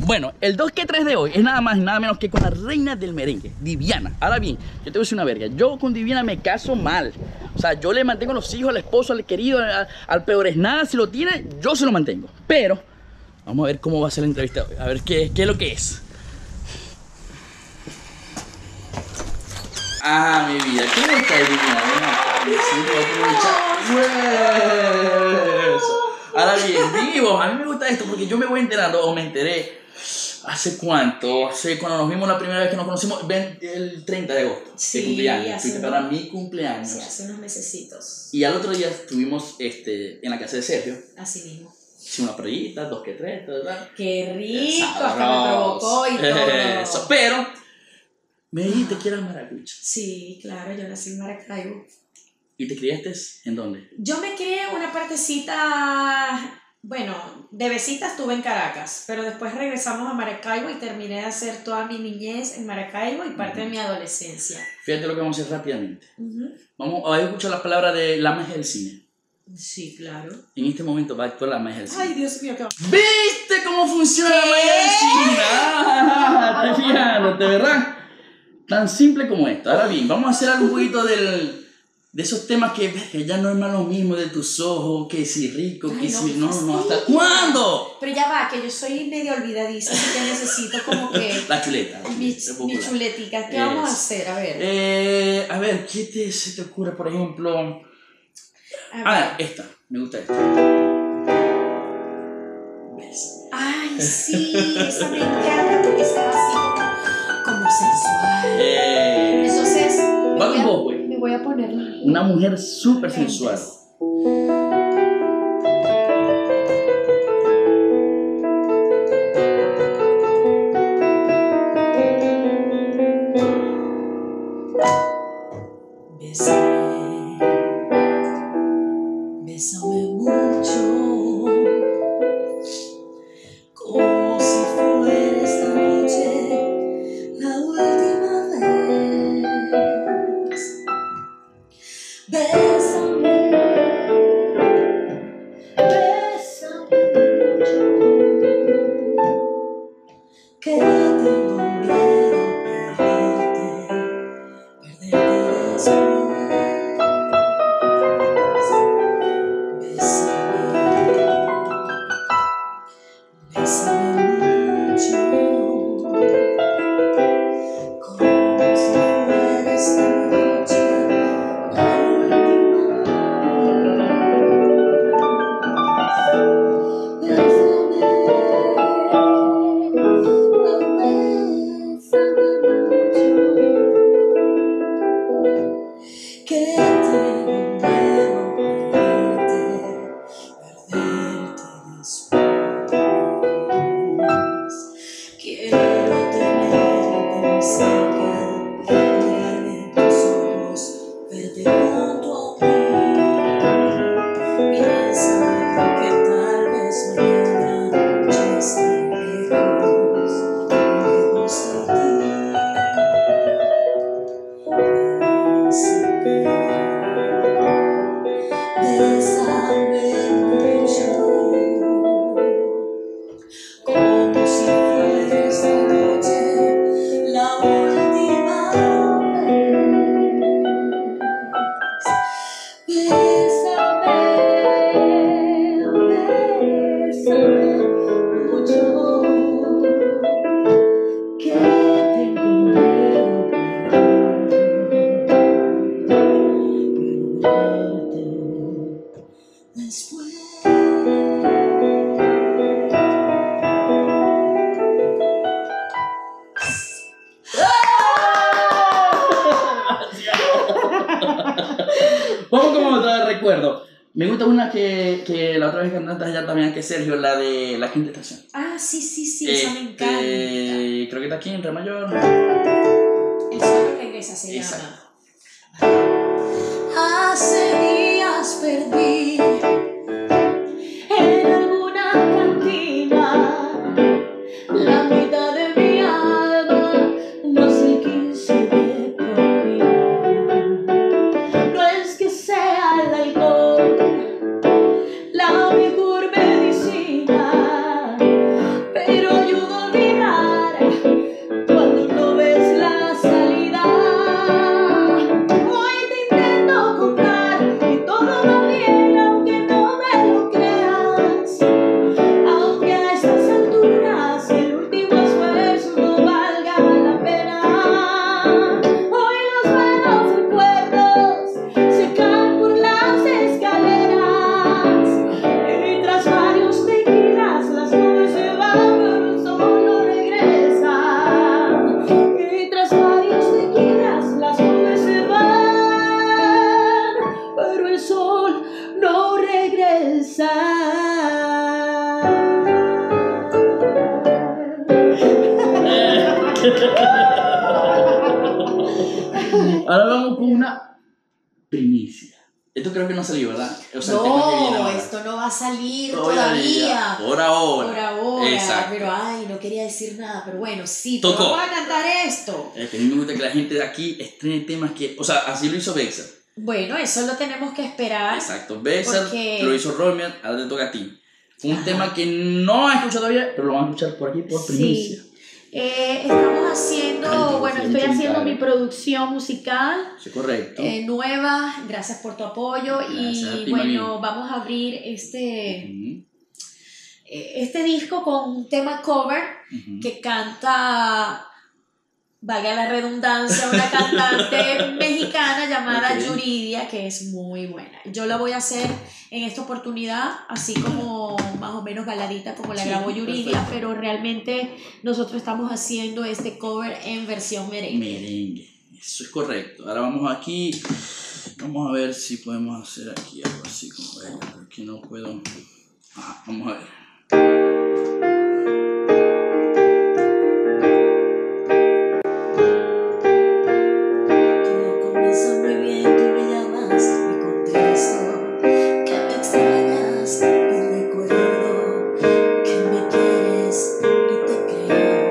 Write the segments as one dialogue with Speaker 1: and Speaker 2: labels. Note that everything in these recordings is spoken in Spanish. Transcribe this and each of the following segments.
Speaker 1: Bueno, el 2 que 3 de hoy es nada más y nada menos que con la reina del merengue, Diviana. Ahora bien, yo te voy a decir una verga. Yo con Diviana me caso mal. O sea, yo le mantengo los hijos al esposo, al querido, al, al peor es nada. Si lo tiene, yo se lo mantengo. Pero, vamos a ver cómo va a ser la entrevista hoy. A ver qué, qué es lo que es. Ah, mi vida, ¿cómo está Diviana? Ven acá, vecino, aprovecha. Eso. Ahora bien, vivos, a mí me gusta esto porque yo me voy enterando o me enteré. ¿Hace cuánto? Hace cuando nos vimos la primera vez que nos conocimos, ven, el 30 de agosto.
Speaker 2: Sí,
Speaker 1: de cumpleaños.
Speaker 2: hace
Speaker 1: Fuiste
Speaker 2: un-
Speaker 1: para mi cumpleaños.
Speaker 2: Sí, hace unos mesecitos.
Speaker 1: Y al otro día estuvimos este, en la casa de Sergio.
Speaker 2: Así mismo.
Speaker 1: Hicimos una playita, dos que tres, tal, tal.
Speaker 2: Qué rico, hasta me
Speaker 1: Sabroso.
Speaker 2: provocó y
Speaker 1: Eso,
Speaker 2: todo.
Speaker 1: Pero me dijiste que eras maracucha.
Speaker 2: Sí, claro, yo nací en Maracaibo.
Speaker 1: ¿Y te criaste en dónde?
Speaker 2: Yo me crié una partecita, bueno, de besita estuve en Caracas, pero después regresamos a Maracaibo y terminé de hacer toda mi niñez en Maracaibo y parte de mi adolescencia.
Speaker 1: Fíjate lo que vamos a hacer rápidamente.
Speaker 2: Ujú.
Speaker 1: Vamos a escuchar las palabras de la magia del cine.
Speaker 2: Sí, claro.
Speaker 1: En este momento va a actuar la magia del cine.
Speaker 2: Ay, Dios mío, qué
Speaker 1: ¿Viste cómo funciona la magia del cine? Ah, te fijándote, ¿verdad? Tan simple como esto. Ahora bien, vamos a hacer algo un poquito del, de esos temas que, que ya no es más lo mismo de tus ojos, que si rico, que
Speaker 2: Ay, no,
Speaker 1: si
Speaker 2: qué
Speaker 1: no, no, ¿hasta
Speaker 2: fastidio.
Speaker 1: cuándo?
Speaker 2: Pero ya va, que yo soy medio olvidadiza, así que necesito como que
Speaker 1: La chuleta. la
Speaker 2: mi,
Speaker 1: chuleta
Speaker 2: mi
Speaker 1: popular.
Speaker 2: chuletica. ¿Qué vamos a
Speaker 1: Es.
Speaker 2: hacer? A ver.
Speaker 1: Eh, a ver, ¿qué te, se te ocurre, por ejemplo?
Speaker 2: A
Speaker 1: Ah,
Speaker 2: ver.
Speaker 1: esta, me gusta esta. ¿Ves?
Speaker 2: Ay, sí, esa me encanta porque está así como- como sensual.
Speaker 1: Eh,
Speaker 2: Entonces, me
Speaker 1: Baden
Speaker 2: voy,
Speaker 1: Bowie.
Speaker 2: a, me voy a poner los
Speaker 1: Una mujer súper sensual.
Speaker 2: lentes. Bésame, bésame mucho, como si fuera esta noche la última vez. Bésame, bésame mucho, que tengo miedo de perderte. Que tengo miedo perderte, perderte después. Quiero tenerte muy cerca, mirarme en tus ojos, verte junto a mí. Piensa que tal vez mañana ya esté lejos, lejos de ti. Bésame mucho, como si fuera esta noche la última vez. Bésame, bésame mucho. Que tengo miedo perderte, perderte después.
Speaker 1: Vamos como otra vez recuerdo. Me gusta una que, que la otra vez cantaste allá también, que es Sergio, la de la quinta estación.
Speaker 2: Ah, sí, sí, sí, esa me
Speaker 1: Este,
Speaker 2: encanta.
Speaker 1: Creo que está aquí en Re Mayor.
Speaker 2: El sol regresa se
Speaker 1: Exacto.
Speaker 2: llama. Hace días perdí en alguna cantina la mitad de mi alma, no sé quién se ve por mí. No es que sea el alcohol la mejor medicina, pero ayuda a olvidar.
Speaker 1: Ahora vamos con una primicia. Esto creo que no salió, ¿verdad? O sea, el tema que viene
Speaker 2: no,
Speaker 1: ahora.
Speaker 2: esto no va a salir
Speaker 1: Todavía.
Speaker 2: todavía.
Speaker 1: Por ahora.
Speaker 2: Por ahora,
Speaker 1: Exacto.
Speaker 2: pero ay, no quería decir nada, pero bueno, sí,
Speaker 1: Tocó.
Speaker 2: pero vamos a cantar esto.
Speaker 1: Es Eh, que a mí me gusta que la gente de aquí estrene temas que. O sea, así lo hizo Bexar.
Speaker 2: Bueno, eso lo tenemos que esperar.
Speaker 1: Exacto. Bexar
Speaker 2: ¿Ah? Porque-
Speaker 1: lo hizo Romer, ahora te toca a ti. Fue un
Speaker 2: Ajá.
Speaker 1: tema que no has escuchado todavía, pero lo van a escuchar por aquí por primicia.
Speaker 2: Sí. Eh, estamos haciendo,
Speaker 1: Ay, qué
Speaker 2: bueno, estoy
Speaker 1: musical.
Speaker 2: haciendo mi producción musical
Speaker 1: Sí, correcto.
Speaker 2: eh, nueva. Gracias por tu apoyo
Speaker 1: Gracias a
Speaker 2: y
Speaker 1: ti,
Speaker 2: bueno, vamos a abrir este,
Speaker 1: Ujú,
Speaker 2: eh, este disco con un tema cover
Speaker 1: ujú.
Speaker 2: que canta, valga la redundancia, una cantante mexicana llamada
Speaker 1: Ok.
Speaker 2: Yuridia, que es muy buena. Yo la voy a hacer en esta oportunidad, así como más o menos baladita como la
Speaker 1: Sí,
Speaker 2: grabó Yuridia,
Speaker 1: perfecto.
Speaker 2: pero realmente nosotros estamos haciendo este cover en versión merengue.
Speaker 1: Merengue. Eso es correcto. Ahora vamos aquí. Vamos a ver si podemos hacer aquí algo así como ella, porque no puedo. Ah, vamos a ver.
Speaker 3: Todo comienza muy bien, tú me llamas, me contesto que me extrañas y recuerdo que me quieres y te creo.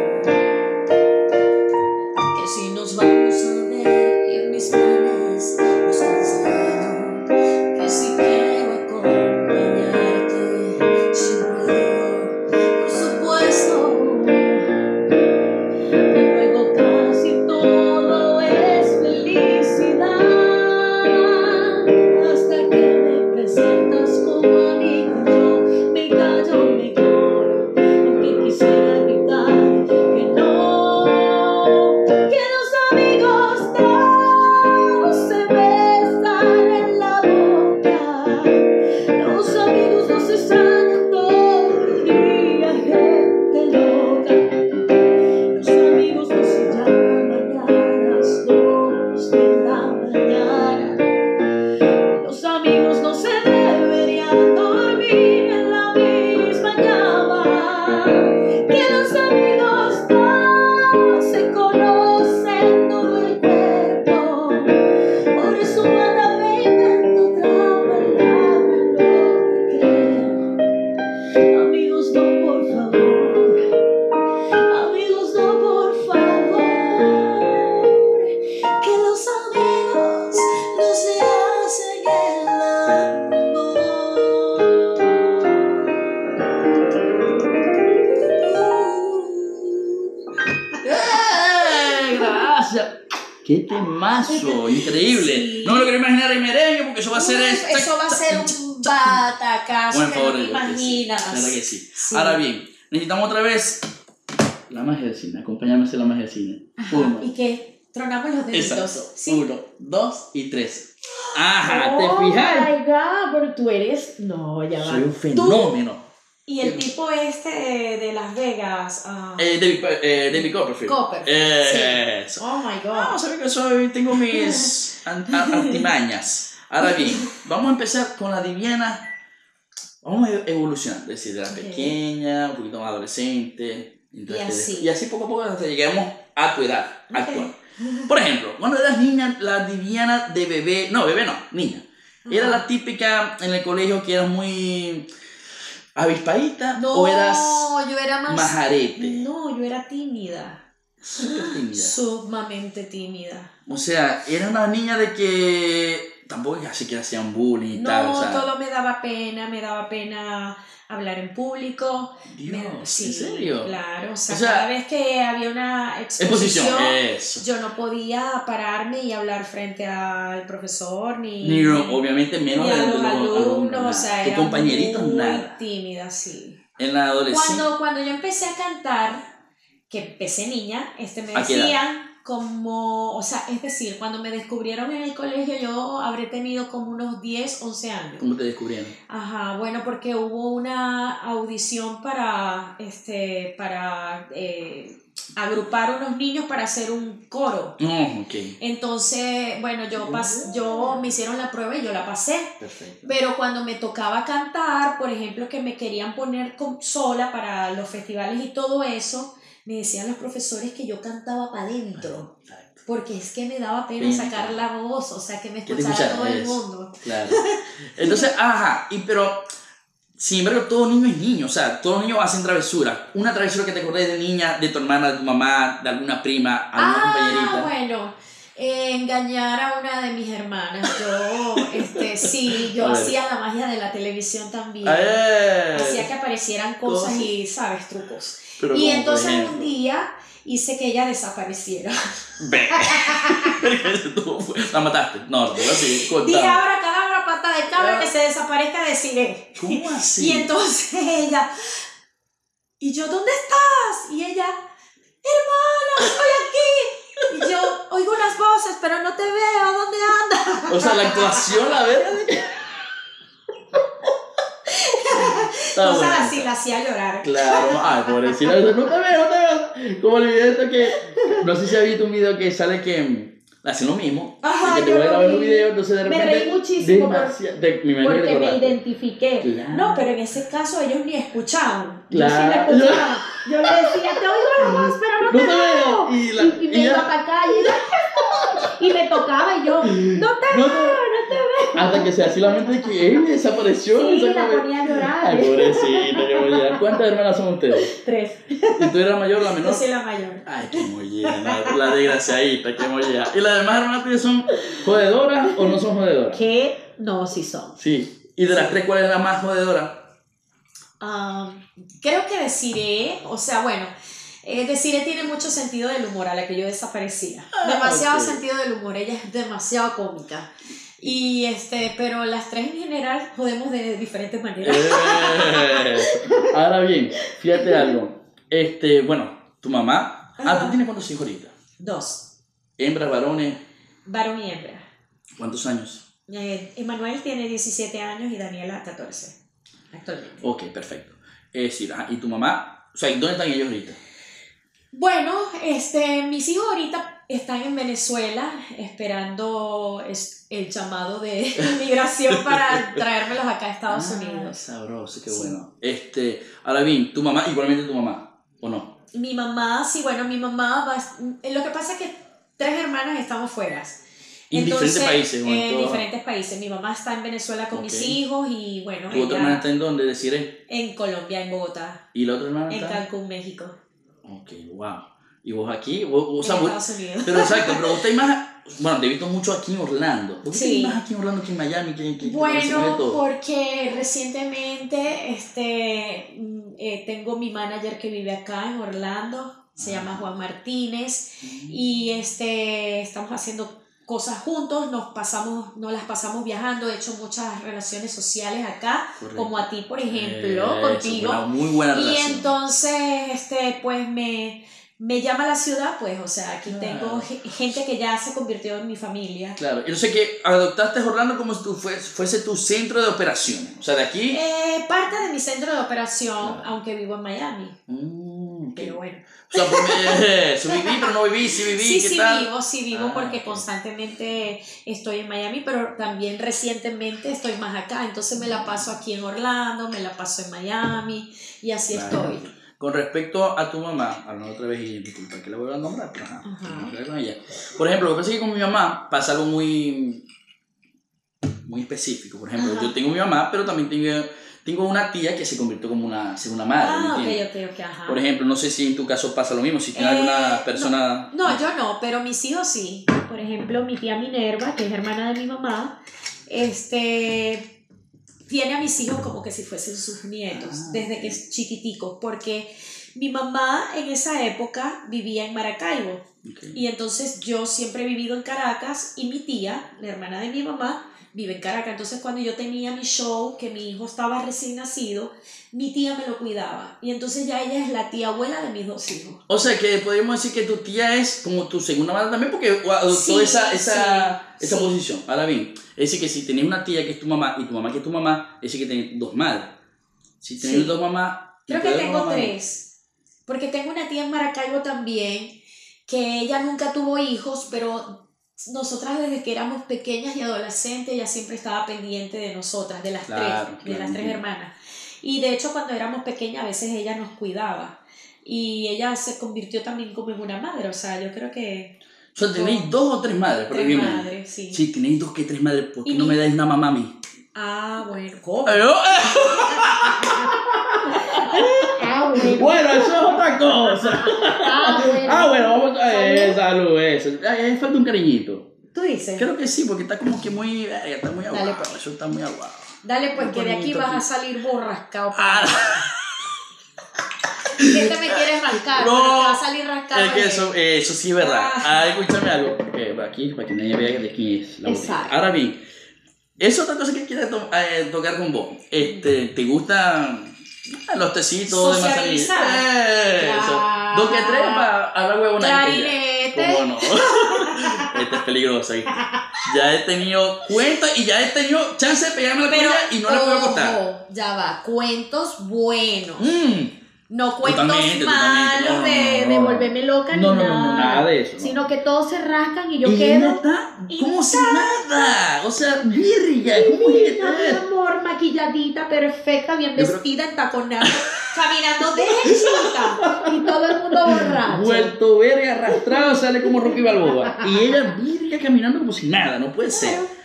Speaker 3: Que si nos vamos a ver y mis planes nos cansaron, que si quiero acompañarte, siempre digo, por supuesto. Luego casi todo es felicidad Hasta que me presentas como amigo Yo me callo, me lloro Aunque quisiera gritar que no Que los amigos no se besan en la boca Los amigos no se están todo el día Gente loca los amigos no se llaman a las dos de la mañana. Los amigos no se deberían dormir en la misma cama. Que los amigos no se conocen todo el cuerpo. Por eso anda inventando otra palabra, no te creo. Amigos no, por favor. Amigos, no, por favor, que los amigos no se hacen el amor.
Speaker 1: ¡Eh! ¡Gracias! ¡Qué temazo! Increíble.
Speaker 2: Sí.
Speaker 1: No me lo quiero imaginar en merengue porque eso va a ser.
Speaker 2: Uh, eso va a ser un batacazo
Speaker 1: Buen
Speaker 2: que no
Speaker 1: favor,
Speaker 2: te
Speaker 1: de Dios, que sí.
Speaker 2: imaginas.
Speaker 1: Claro que sí.
Speaker 2: Sí.
Speaker 1: Ahora bien, necesitamos otra vez la magia del cine. Acompáñame a hacer la magia del cine. Uno.
Speaker 2: Y que tronamos los deditos.
Speaker 1: Exacto.
Speaker 2: Sí.
Speaker 1: Uno, dos y tres.
Speaker 3: Oh
Speaker 1: Ajá, ¿te fijas?
Speaker 3: my God, pero tú eres. No, ya va.
Speaker 1: Soy un fenómeno.
Speaker 2: Y el tipo este de, de Las Vegas. ah,
Speaker 1: Eh, David, eh, David Copperfield.
Speaker 2: Copperfield,
Speaker 1: Eh, Eso.
Speaker 2: oh my God.
Speaker 1: No, sabes que soy, tengo mis an- a- artimañas. Ahora bien, vamos a empezar con la Diviana. Vamos a evolucionar, es decir, de la
Speaker 2: Ok.
Speaker 1: pequeña, un poquito más adolescente. entonces-
Speaker 2: Y así.
Speaker 1: y así poco a poco hasta lleguemos a tu edad actual.
Speaker 2: Mm.
Speaker 1: Por ejemplo, cuando eras niña, la Diviana de bebé, no, bebé no, niña. Era
Speaker 2: Ajá.
Speaker 1: la típica en el colegio que eras muy avispadita
Speaker 2: No,
Speaker 1: o eras
Speaker 2: yo era más.
Speaker 1: majarete.
Speaker 2: No, yo era tímida.
Speaker 1: Súper tímida.
Speaker 2: Sumamente tímida.
Speaker 1: O sea, era una niña de que tampoco es así que le hacían bullying y
Speaker 2: No,
Speaker 1: tal. O sea,
Speaker 2: todo me daba pena, me daba pena hablar en público.
Speaker 1: Dios,
Speaker 2: Me- sí,
Speaker 1: ¿en serio?
Speaker 2: Claro, o sea,
Speaker 1: O sea,
Speaker 2: cada vez que había una exposición,
Speaker 1: Exposición, eso.
Speaker 2: yo no podía pararme y hablar frente al profesor ni,
Speaker 1: Ni lo- obviamente
Speaker 2: ni a
Speaker 1: menos
Speaker 2: los
Speaker 1: de de
Speaker 2: alumnos,
Speaker 1: nada.
Speaker 2: o sea,
Speaker 1: Tus
Speaker 2: era
Speaker 1: compañeritos,
Speaker 2: muy
Speaker 1: nada. Pues
Speaker 2: tímida, sí.
Speaker 1: En la adolescencia.
Speaker 2: Cuando, cuando yo empecé a cantar, que empecé niña, este me
Speaker 1: ¿A qué edad?
Speaker 2: decían como, o sea, es decir, cuando me descubrieron en el colegio yo habré tenido como unos 10, 11 años.
Speaker 1: ¿Cómo te descubrieron?
Speaker 2: Ajá, bueno, porque hubo una audición para, este, para eh, agrupar unos niños para hacer un coro.
Speaker 1: No, ok.
Speaker 2: Entonces, bueno,
Speaker 1: Oh.
Speaker 2: yo, pas- yo me hicieron la prueba y yo la pasé.
Speaker 1: Perfecto.
Speaker 2: Pero cuando me tocaba cantar, por ejemplo, que me querían poner con- sola para los festivales y todo eso, me decían los profesores que yo cantaba para adentro.
Speaker 1: Exacto.
Speaker 2: Porque es que me daba pena
Speaker 1: Pena.
Speaker 2: sacar la voz, o sea, que me
Speaker 1: Que te
Speaker 2: escuchara todo
Speaker 1: escuchara,
Speaker 2: el
Speaker 1: es.
Speaker 2: mundo.
Speaker 1: Claro. Entonces, ajá, y pero, sin embargo, todo niño es niño, o sea, todos los niños hacen travesuras. Una travesura que te acordé de niña, de tu hermana, de tu mamá, de alguna prima, alguna
Speaker 2: Ah,
Speaker 1: compañerita.
Speaker 2: bueno, eh, engañar a una de mis hermanas. Yo, este, sí, yo
Speaker 1: A ver.
Speaker 2: hacía la magia de la televisión también.
Speaker 1: ¡Eh!
Speaker 2: Hacía que aparecieran cosas
Speaker 1: Cosas.
Speaker 2: y, ¿sabes? Trucos.
Speaker 1: Pero
Speaker 2: y
Speaker 1: como, por
Speaker 2: entonces un
Speaker 1: ejemplo.
Speaker 2: día hice que ella desapareciera.
Speaker 1: Ve. Eso estuvo fu- La mataste. No, te voy a seguir contando.
Speaker 2: Dije, ahora cada pata de cabra que
Speaker 1: Ah.
Speaker 2: se desaparezca, deciré.
Speaker 1: ¿Cómo así?
Speaker 2: Y entonces ella, ¿y yo dónde estás? Y ella, hermana, estoy aquí. Y yo oigo unas voces, pero no te veo, ¿dónde andas?
Speaker 1: O sea, la actuación, la verga. de- Ah, Está
Speaker 2: Cosas
Speaker 1: buena
Speaker 2: así,
Speaker 1: esa.
Speaker 2: la hacía llorar.
Speaker 1: Claro, ay, pobrecita, no te veo, no te veo. Como el video este que, no sé si has visto un video que sale que hacen lo mismo, y
Speaker 2: Ajá,
Speaker 1: que te
Speaker 2: yo
Speaker 1: voy a
Speaker 2: lo
Speaker 1: grabar un
Speaker 2: vi.
Speaker 1: video, entonces de
Speaker 2: Me
Speaker 1: repente...
Speaker 2: reí muchísimo por-
Speaker 1: demasi- te- me imagino que te
Speaker 2: porque me
Speaker 1: acordaste.
Speaker 2: identifiqué.
Speaker 1: Claro.
Speaker 2: No, pero en ese caso ellos ni escuchaban.
Speaker 1: Claro.
Speaker 2: Yo sí la escuchaba. Yo le decía, te oigo la voz, pero no,
Speaker 1: No
Speaker 2: te
Speaker 1: te veo.
Speaker 2: veo.
Speaker 1: Y la-
Speaker 2: y, y me
Speaker 1: y ya.
Speaker 2: iba para acá y, ella- y me tocaba y yo, no te
Speaker 1: No
Speaker 2: veo,
Speaker 1: te-
Speaker 2: no te veo.
Speaker 1: Hasta que se hacía la mente de que él desapareció.
Speaker 2: Sí, la
Speaker 1: exactamente.
Speaker 2: ponía a llorar.
Speaker 1: Ay, pobrecita, qué bonita. ¿Cuántas hermanas son ustedes?
Speaker 2: Tres.
Speaker 1: ¿Y tú eres la mayor o la menor?
Speaker 2: la mayor.
Speaker 1: Ay, qué mollera, la- la desgraciadita, qué mollera. ¿Y las demás hermanas tuyas son jodedoras o no son jodedoras?
Speaker 2: Que no, sí son.
Speaker 1: Sí. ¿Y de las tres cuál es la más jodedora?
Speaker 2: Am, creo que deciré, o sea, bueno, eh, deciré tiene mucho sentido del humor a la que yo desaparecía. Demasiado
Speaker 1: Ah, ok.
Speaker 2: sentido del humor, ella es demasiado cómica. Y este, pero las tres en general podemos de diferentes maneras.
Speaker 1: Eh, Ahora bien, fíjate algo. Este, bueno, tu mamá. Ah, ¿tú
Speaker 2: Ajá.
Speaker 1: tienes cuántos hijos ahorita?
Speaker 2: Dos,
Speaker 1: Hembras, varones,
Speaker 2: varón y hembra.
Speaker 1: ¿cuántos años?
Speaker 2: Eh, Emanuel tiene 17 años y Daniela 14. Actualmente.
Speaker 1: Ok, perfecto. Es decir, ajá, ¿y tu mamá? O sea, ¿y ¿dónde están ellos ahorita?
Speaker 2: Bueno, este, mis hijos ahorita están en Venezuela esperando es- el llamado de inmigración para traérmelos acá a Estados
Speaker 1: Ah,
Speaker 2: Unidos.
Speaker 1: Sabroso, qué
Speaker 2: Sí.
Speaker 1: bueno. Este, ahora bien, tu mamá, igualmente tu mamá, ¿o no?
Speaker 2: Mi mamá, sí, bueno, mi mamá va. a- eh, Lo que pasa es que tres hermanas estamos fuera.
Speaker 1: En diferentes países, o en
Speaker 2: En
Speaker 1: todo-
Speaker 2: eh, diferentes países. Mi mamá está en Venezuela con mis
Speaker 1: Ok.
Speaker 2: hijos y bueno,
Speaker 1: ¿Tu otra
Speaker 2: ella
Speaker 1: hermana está en dónde? Deciré.
Speaker 2: en Colombia, en Bogotá,
Speaker 1: ¿Y la otra hermana
Speaker 2: en
Speaker 1: Ah, está?
Speaker 2: Cancún, México,
Speaker 1: Ok, wow. ¿Y vos aquí? ¿Vos, vos- o sea,
Speaker 2: en
Speaker 1: vos-
Speaker 2: Estados Unidos.
Speaker 1: pero exacto, pero vos tenés más... Bueno, te he visto mucho aquí en Orlando. ¿Por qué
Speaker 2: Sí.
Speaker 1: tenés más aquí en Orlando que en Miami? Que, que- que conoces de
Speaker 2: Bueno,
Speaker 1: todo?
Speaker 2: porque recientemente este, mm, eh, tengo mi manager que vive acá en Orlando, se
Speaker 1: Ah.
Speaker 2: llama Juan Martínez, y este, estamos haciendo cosas juntos, nos, pasamos, nos las pasamos viajando, he hecho muchas relaciones sociales acá,
Speaker 1: Correcto.
Speaker 2: como a ti, por ejemplo,
Speaker 1: Eso,
Speaker 2: contigo.
Speaker 1: una muy buena
Speaker 2: Y
Speaker 1: relación.
Speaker 2: entonces, este, pues me, me llama la ciudad, pues, o sea, aquí tengo
Speaker 1: Claro.
Speaker 2: ge- gente que ya se convirtió en mi familia.
Speaker 1: Claro, yo sé que adoptaste Orlando como si tú fues- fuese tu centro de operaciones. O sea, de aquí...
Speaker 2: Eh, parte de mi centro de operación,
Speaker 1: Claro.
Speaker 2: aunque vivo en Miami.
Speaker 1: Mm, ok.
Speaker 2: Pero bueno,
Speaker 1: O sea, por mí, eso, viví, pero no viví, sí viví,
Speaker 2: sí,
Speaker 1: ¿qué
Speaker 2: sí
Speaker 1: tal?
Speaker 2: vivo, sí vivo
Speaker 1: Ah,
Speaker 2: porque
Speaker 1: ok.
Speaker 2: constantemente estoy en Miami, pero también recientemente estoy más acá, entonces me la paso aquí en Orlando, me la paso en Miami y así
Speaker 1: Claro.
Speaker 2: estoy.
Speaker 1: Con respecto a tu mamá, hablando otra vez y disculpa que le voy a nombrar, pero ajá,
Speaker 2: Ajá.
Speaker 1: tenemos que hablar con ella. Por ejemplo, lo que pasa es que con mi mamá pasa algo muy, muy específico. Por ejemplo,
Speaker 2: Ajá.
Speaker 1: yo tengo mi mamá, pero también tengo, tengo una tía que se convirtió como una segunda madre. ¿me
Speaker 2: Ah, ok,
Speaker 1: entiendes?
Speaker 2: ok, ok, ajá.
Speaker 1: Por ejemplo, no sé si en tu caso pasa lo mismo, si tienes
Speaker 2: Eh,
Speaker 1: alguna
Speaker 2: no,
Speaker 1: persona...
Speaker 2: No, yo no, pero mis hijos sí. Por ejemplo, mi tía Minerva, que es hermana de mi mamá, este tiene a mis hijos como que si fuesen sus nietos,
Speaker 1: Ah,
Speaker 2: desde que es chiquitico, porque mi mamá en esa época vivía en Maracaibo
Speaker 1: Ok.
Speaker 2: y entonces yo siempre he vivido en Caracas y mi tía, la hermana de mi mamá, vive en Caracas. Entonces cuando yo tenía mi show, que mi hijo estaba recién nacido, mi tía me lo cuidaba y entonces ya ella es la tía abuela de mis dos hijos.
Speaker 1: O sea, que podríamos decir que tu tía es como tu segunda madre también, porque adoptó
Speaker 2: Sí,
Speaker 1: esa, esa,
Speaker 2: sí,
Speaker 1: esa
Speaker 2: sí.
Speaker 1: posición. Ahora bien, es decir, que si tenés una tía que es tu mamá y tu mamá que es tu mamá, es decir, que tenés dos madres. Si tenés
Speaker 2: Sí.
Speaker 1: dos mamás. y
Speaker 2: Creo
Speaker 1: tu
Speaker 2: que
Speaker 1: otra
Speaker 2: tengo
Speaker 1: mamá-
Speaker 2: tres. Porque tengo una tía en Maracaibo también, que ella nunca tuvo hijos, pero nosotras desde que éramos pequeñas y adolescentes, ella siempre estaba pendiente de nosotras, de las
Speaker 1: Claro,
Speaker 2: tres,
Speaker 1: claro,
Speaker 2: de las tres
Speaker 1: entiendo.
Speaker 2: hermanas. Y de hecho cuando éramos pequeñas a veces ella nos cuidaba. Y ella se convirtió también como en una madre, o sea, yo creo que...
Speaker 1: O sea, tenéis dos o tres madres, por
Speaker 2: Tres
Speaker 1: ejemplo.
Speaker 2: madres, sí.
Speaker 1: Sí, tenéis dos que tres madres. ¿Por qué
Speaker 2: Y
Speaker 1: no
Speaker 2: mi-
Speaker 1: me dais una mamá a mí?
Speaker 2: Ah, bueno, ¿cómo?
Speaker 1: eh,
Speaker 4: Ah, bueno.
Speaker 1: Bueno, eso es otra cosa.
Speaker 4: Ah, bueno.
Speaker 1: Ah, bueno, vamos a eh, salud, eso. Ay, ahí falta un cariñito.
Speaker 2: Tú dices,
Speaker 1: Creo que sí, porque está como que muy. verga, Está muy
Speaker 4: Dale,
Speaker 1: aguado.
Speaker 4: pues.
Speaker 1: Eso está muy aguado.
Speaker 2: dale pues que de aquí
Speaker 1: bonito
Speaker 2: vas
Speaker 1: aquí.
Speaker 2: a salir borrascado.
Speaker 1: Ah,
Speaker 4: ¿Qué te me quieres rascar?
Speaker 1: No.
Speaker 4: Bueno, te va a salir rascado.
Speaker 1: es que eso, eh, eso sí es verdad.
Speaker 2: Ah.
Speaker 1: Ah, escúchame algo. Porque aquí, para que nadie vea de quién es la botella.
Speaker 4: Exacto.
Speaker 1: Ahora bien, es otra cosa que quiero to- eh, tocar con vos. Este, ¿Te gustan ah, los tecitos de manzanilla?
Speaker 2: Socializar.
Speaker 1: Eso.
Speaker 2: Claro.
Speaker 1: Dos que tres para hablar huevona.
Speaker 4: Clarinete.
Speaker 1: ¿Cómo no? Esta es peligrosa. ¿viste? Ya he tenido cuentos y ya he tenido chance de pegarme la
Speaker 4: Pero,
Speaker 1: cuerda y no la puedo cortar.
Speaker 4: ojo, ya va. Cuentos buenos.
Speaker 1: Mm.
Speaker 4: No cuentos
Speaker 1: Totalmente, totalmente.
Speaker 4: malos
Speaker 1: No,
Speaker 4: de,
Speaker 1: no, no,
Speaker 4: de
Speaker 1: no.
Speaker 4: volverme loca
Speaker 1: No,
Speaker 4: ni
Speaker 1: no,
Speaker 4: nada.
Speaker 1: no, no, nada de eso, no.
Speaker 4: Sino que todos se rascan y yo
Speaker 1: y ella
Speaker 4: quedo.
Speaker 1: está como si nada. O sea, virga, ¿cómo es
Speaker 4: Mira, mi
Speaker 1: esto?
Speaker 4: amor, maquilladita, perfecta, bien
Speaker 1: Yo creo-
Speaker 4: vestida, en taconada,
Speaker 2: Caminando desnuda.
Speaker 4: y todo el mundo borracho.
Speaker 1: Vuelto verga, arrastrado, sale como Rocky Balboa. Y ella virga caminando como si nada, no puede ser.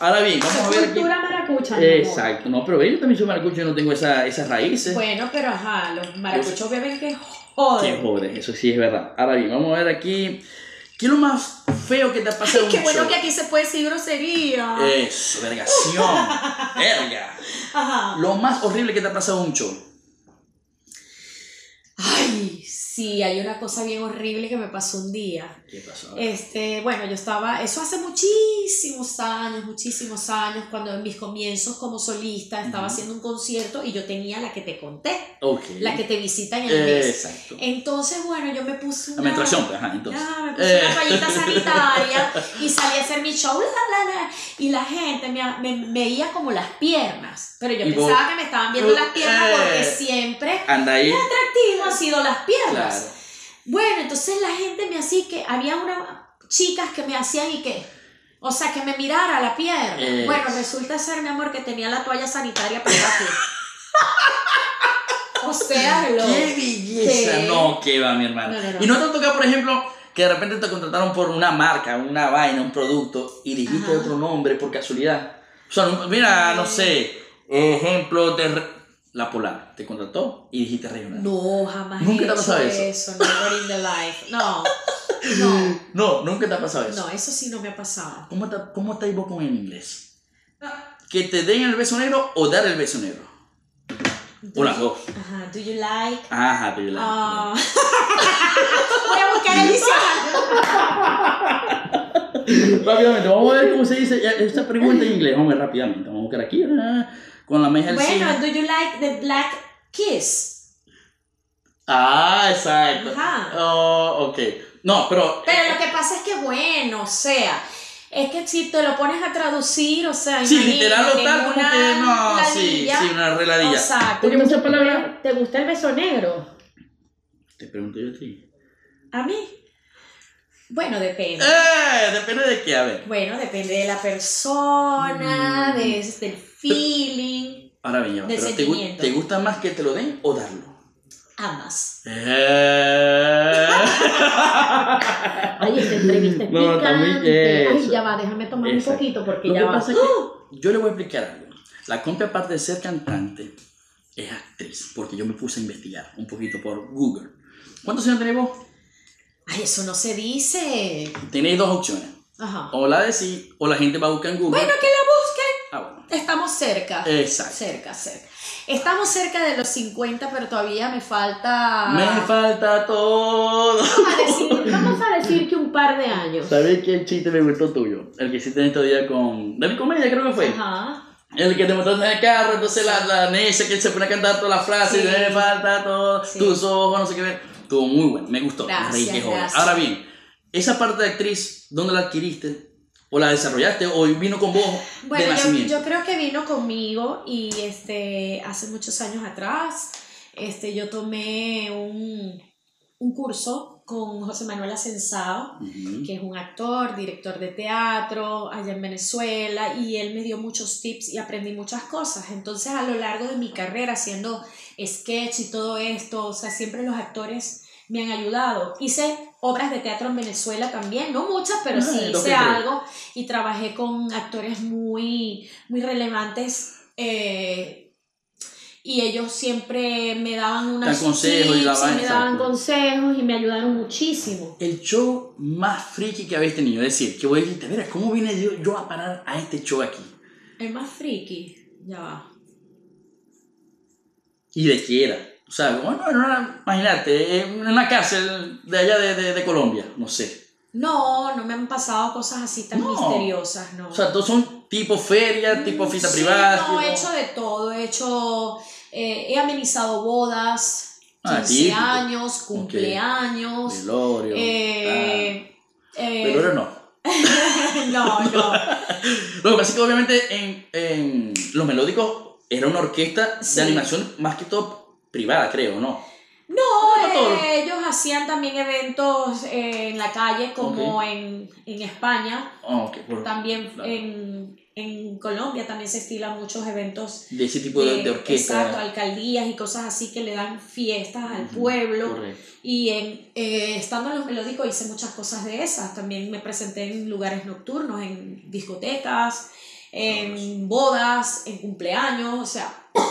Speaker 1: Ahora bien, vamos a ver aquí.
Speaker 4: Cultura maracucha. mi amor.
Speaker 1: Exacto, no, pero yo también soy maracucho, yo no tengo esa- esas raíces.
Speaker 2: Bueno, pero ajá, los maracuchos beben que joder.
Speaker 1: Pues, Qué joder, eso sí es verdad. Ahora bien, vamos a ver aquí. ¿Qué es lo más feo que te ha pasado? en
Speaker 4: Qué
Speaker 1: un
Speaker 4: bueno
Speaker 1: show?
Speaker 4: que aquí se puede decir grosería.
Speaker 1: Eso, vergación. Verga.
Speaker 2: Ajá.
Speaker 1: Lo más horrible que te ha pasado en un show.
Speaker 2: Ay, sí, hay una cosa bien horrible que me pasó un día.
Speaker 1: ¿Qué pasó?
Speaker 2: Este, bueno, yo estaba, eso hace muchísimos años, muchísimos años, cuando en mis comienzos como solista estaba
Speaker 1: Ujú.
Speaker 2: haciendo un concierto y yo tenía la que te conté,
Speaker 4: Eh,
Speaker 1: ok. Eh,
Speaker 2: la que te visita en el mes.
Speaker 1: Exacto.
Speaker 2: Entonces, bueno, yo me puse una...
Speaker 1: La menstruación, pues, ajá, entonces.
Speaker 2: Ah, me puse
Speaker 1: Eh.
Speaker 2: una toallita sanitaria y salí a hacer mi show, la, la, la, y la gente me, me, me veía como las piernas, pero yo
Speaker 1: Y vos-
Speaker 2: pensaba que me estaban viendo
Speaker 1: vos-
Speaker 2: las piernas
Speaker 1: eh.
Speaker 2: porque siempre
Speaker 1: Anda ahí.
Speaker 2: atractivo han sido las piernas.
Speaker 1: Claro.
Speaker 2: Bueno, entonces la gente me hacía que había unas chicas que me hacían y que, o sea, que me mirara la pierna.
Speaker 1: Eh.
Speaker 2: Bueno, resulta ser, mi amor, que tenía la toalla sanitaria para aquí. o sea, lo...
Speaker 1: ¡Qué belleza!
Speaker 2: Sí.
Speaker 1: No, que va, mi hermano.
Speaker 2: No, no, no.
Speaker 1: Y no te toca, por ejemplo, que de repente te contrataron por una marca, una vaina, un producto, y dijiste
Speaker 2: Ajá.
Speaker 1: otro nombre por casualidad. O sea, no- mira, no sé, ejemplo de re- La Polar, te contrató y dijiste regional.
Speaker 2: No, jamás
Speaker 1: Nunca te
Speaker 2: he
Speaker 1: ha pasado
Speaker 2: hecho
Speaker 1: eso.
Speaker 2: eso. Never in the life. No,
Speaker 1: No,
Speaker 2: no,
Speaker 1: nunca te ha pasado eso.
Speaker 2: no, eso sí no me ha pasado.
Speaker 1: ¿Cómo, te, ¿Cómo estáis vos con el inglés?
Speaker 2: Ah.
Speaker 1: ¿Que te den el beso negro o dar el beso negro? O las dos.
Speaker 2: Ajá, do you like...
Speaker 1: Ajá, pero yo la-
Speaker 2: Ah. Voy a buscar el diccionario.
Speaker 1: Rápidamente, vamos a ver cómo se dice esta pregunta en inglés. Vamos a ver rápidamente. Vamos a buscar aquí. ah, Con la meja del cine.
Speaker 2: Bueno, do you like the black kiss?
Speaker 1: Ah, exacto.
Speaker 2: Ajá.
Speaker 1: Oh, ok. No, pero.
Speaker 2: Pero lo que pasa es que, bueno, o sea, es que si te lo pones a traducir, o sea,
Speaker 1: sí,
Speaker 2: imagínate,
Speaker 1: literal o
Speaker 2: en
Speaker 1: tal, como
Speaker 2: una
Speaker 1: que no, sí,
Speaker 2: ladilla,
Speaker 1: sí, una reladilla.
Speaker 2: O sea,
Speaker 1: Porque muchas palabras.
Speaker 4: ¿Te gusta el beso negro?
Speaker 1: Te pregunto yo a ti.
Speaker 2: a mí. Bueno, depende.
Speaker 1: ¡Eh! Depende de qué, a ver.
Speaker 2: Bueno, depende de la persona,
Speaker 1: Mm.
Speaker 2: de, del feeling,
Speaker 1: Ahora bien, ya,
Speaker 2: De
Speaker 1: pero te, gu-
Speaker 2: sentimiento.
Speaker 1: ¿te gusta más que te lo den o darlo?
Speaker 2: ambas.
Speaker 1: Eh.
Speaker 4: Ay, esta entrevista es
Speaker 1: No, está muy-
Speaker 4: picante. Ay,
Speaker 1: eso.
Speaker 4: ya va, déjame tomar
Speaker 1: Exacto.
Speaker 4: un poquito porque
Speaker 1: Lo
Speaker 4: ya
Speaker 1: que
Speaker 4: va.
Speaker 1: pasa es que ¡Oh! yo le voy a explicar algo. La compa, aparte de ser cantante, es actriz, porque yo me puse a investigar un poquito por Google. ¿Cuántos años tenéis vos?
Speaker 2: Ay, eso no se dice.
Speaker 1: Tenéis dos opciones.
Speaker 2: Ajá.
Speaker 1: O la de sí, o la gente va a buscar en Google.
Speaker 2: Bueno, que la
Speaker 1: Ah, bueno.
Speaker 2: busquen. Estamos cerca.
Speaker 1: Exacto.
Speaker 2: Cerca, cerca. Estamos cerca de los 50, pero todavía me falta.
Speaker 1: Me falta todo.
Speaker 4: Vamos a decir- Vamos a decir que un par de años.
Speaker 1: ¿Sabes qué chiste me gustó tuyo? El que hiciste en estos días con David Comedia, creo que fue.
Speaker 2: Ajá.
Speaker 1: El que te montaste en el carro, entonces la, la necia que se pone a cantar toda la frase,
Speaker 2: Sí.
Speaker 1: me falta todo,
Speaker 2: Sí.
Speaker 1: tus ojos, no sé qué ver. Estuvo muy bueno, me gustó. me
Speaker 2: Gracias,
Speaker 1: reí que joder.
Speaker 2: gracias.
Speaker 1: Ahora bien, esa parte de actriz, ¿dónde la adquiriste? ¿O la desarrollaste? ¿O vino con vos de
Speaker 2: Bueno, yo,
Speaker 1: nacimiento?
Speaker 2: yo creo que vino conmigo y este, hace muchos años atrás este, yo tomé un, un curso con José Manuel Asensao,
Speaker 1: Ujú.
Speaker 2: que es un actor, director de teatro allá en Venezuela, y él me dio muchos tips y aprendí muchas cosas. Entonces, a lo largo de mi carrera haciendo sketch y todo esto, o sea, siempre los actores me han ayudado. Hice obras de teatro en Venezuela también, no muchas, pero
Speaker 1: Ah,
Speaker 2: sí
Speaker 1: dos que
Speaker 2: hice
Speaker 1: tres.
Speaker 2: algo y trabajé con actores muy, muy relevantes. eh, y ellos siempre me daban unas
Speaker 1: consejos y la
Speaker 2: tips
Speaker 1: vaina,
Speaker 2: me
Speaker 4: Me
Speaker 2: daban
Speaker 4: daban consejos y me ayudaron muchísimo.
Speaker 1: El show más friki que habéis tenido. Es decir, que vos dijiste, mira, ¿cómo vine yo, yo a parar a este show aquí?
Speaker 2: Es más friki. Ya va.
Speaker 1: Y de qué era. O sea, bueno, era una- imagínate, en una cárcel de allá de, de- de Colombia, no sé.
Speaker 2: No, no me han pasado cosas así tan
Speaker 1: No.
Speaker 2: misteriosas, no.
Speaker 1: O sea, todos son tipo feria, tipo fiesta
Speaker 2: Mm, Sí,
Speaker 1: privada.
Speaker 2: No, he
Speaker 1: tipo-
Speaker 2: hecho de todo. He hecho. eh, he amenizado bodas, 15
Speaker 1: Ah, típico.
Speaker 2: años, cumpleaños.
Speaker 1: Velorio.
Speaker 2: eh,
Speaker 1: ah,
Speaker 2: eh,
Speaker 1: Velorio no.
Speaker 2: no, no.
Speaker 1: Lo que pasa es que obviamente en, en Los Melódicos era una orquesta
Speaker 2: Sí.
Speaker 1: de animación más que todo privada, creo, ¿no?
Speaker 2: No,
Speaker 1: No todo.
Speaker 2: eh, ellos hacían también eventos eh, en la calle, como en, en España.
Speaker 1: Ah, ok, por-
Speaker 2: También
Speaker 1: claro.
Speaker 2: en, en Colombia también se estilan muchos eventos
Speaker 1: de ese tipo de, de orquesta.
Speaker 2: Eh, Exacto, alcaldías y cosas así que le dan fiestas al
Speaker 1: Ujú,
Speaker 2: pueblo.
Speaker 1: correcto.
Speaker 2: Y en, eh, estando en los melódicos hice muchas cosas de esas. También me presenté en lugares nocturnos, en discotecas, en bodas, en cumpleaños, o sea.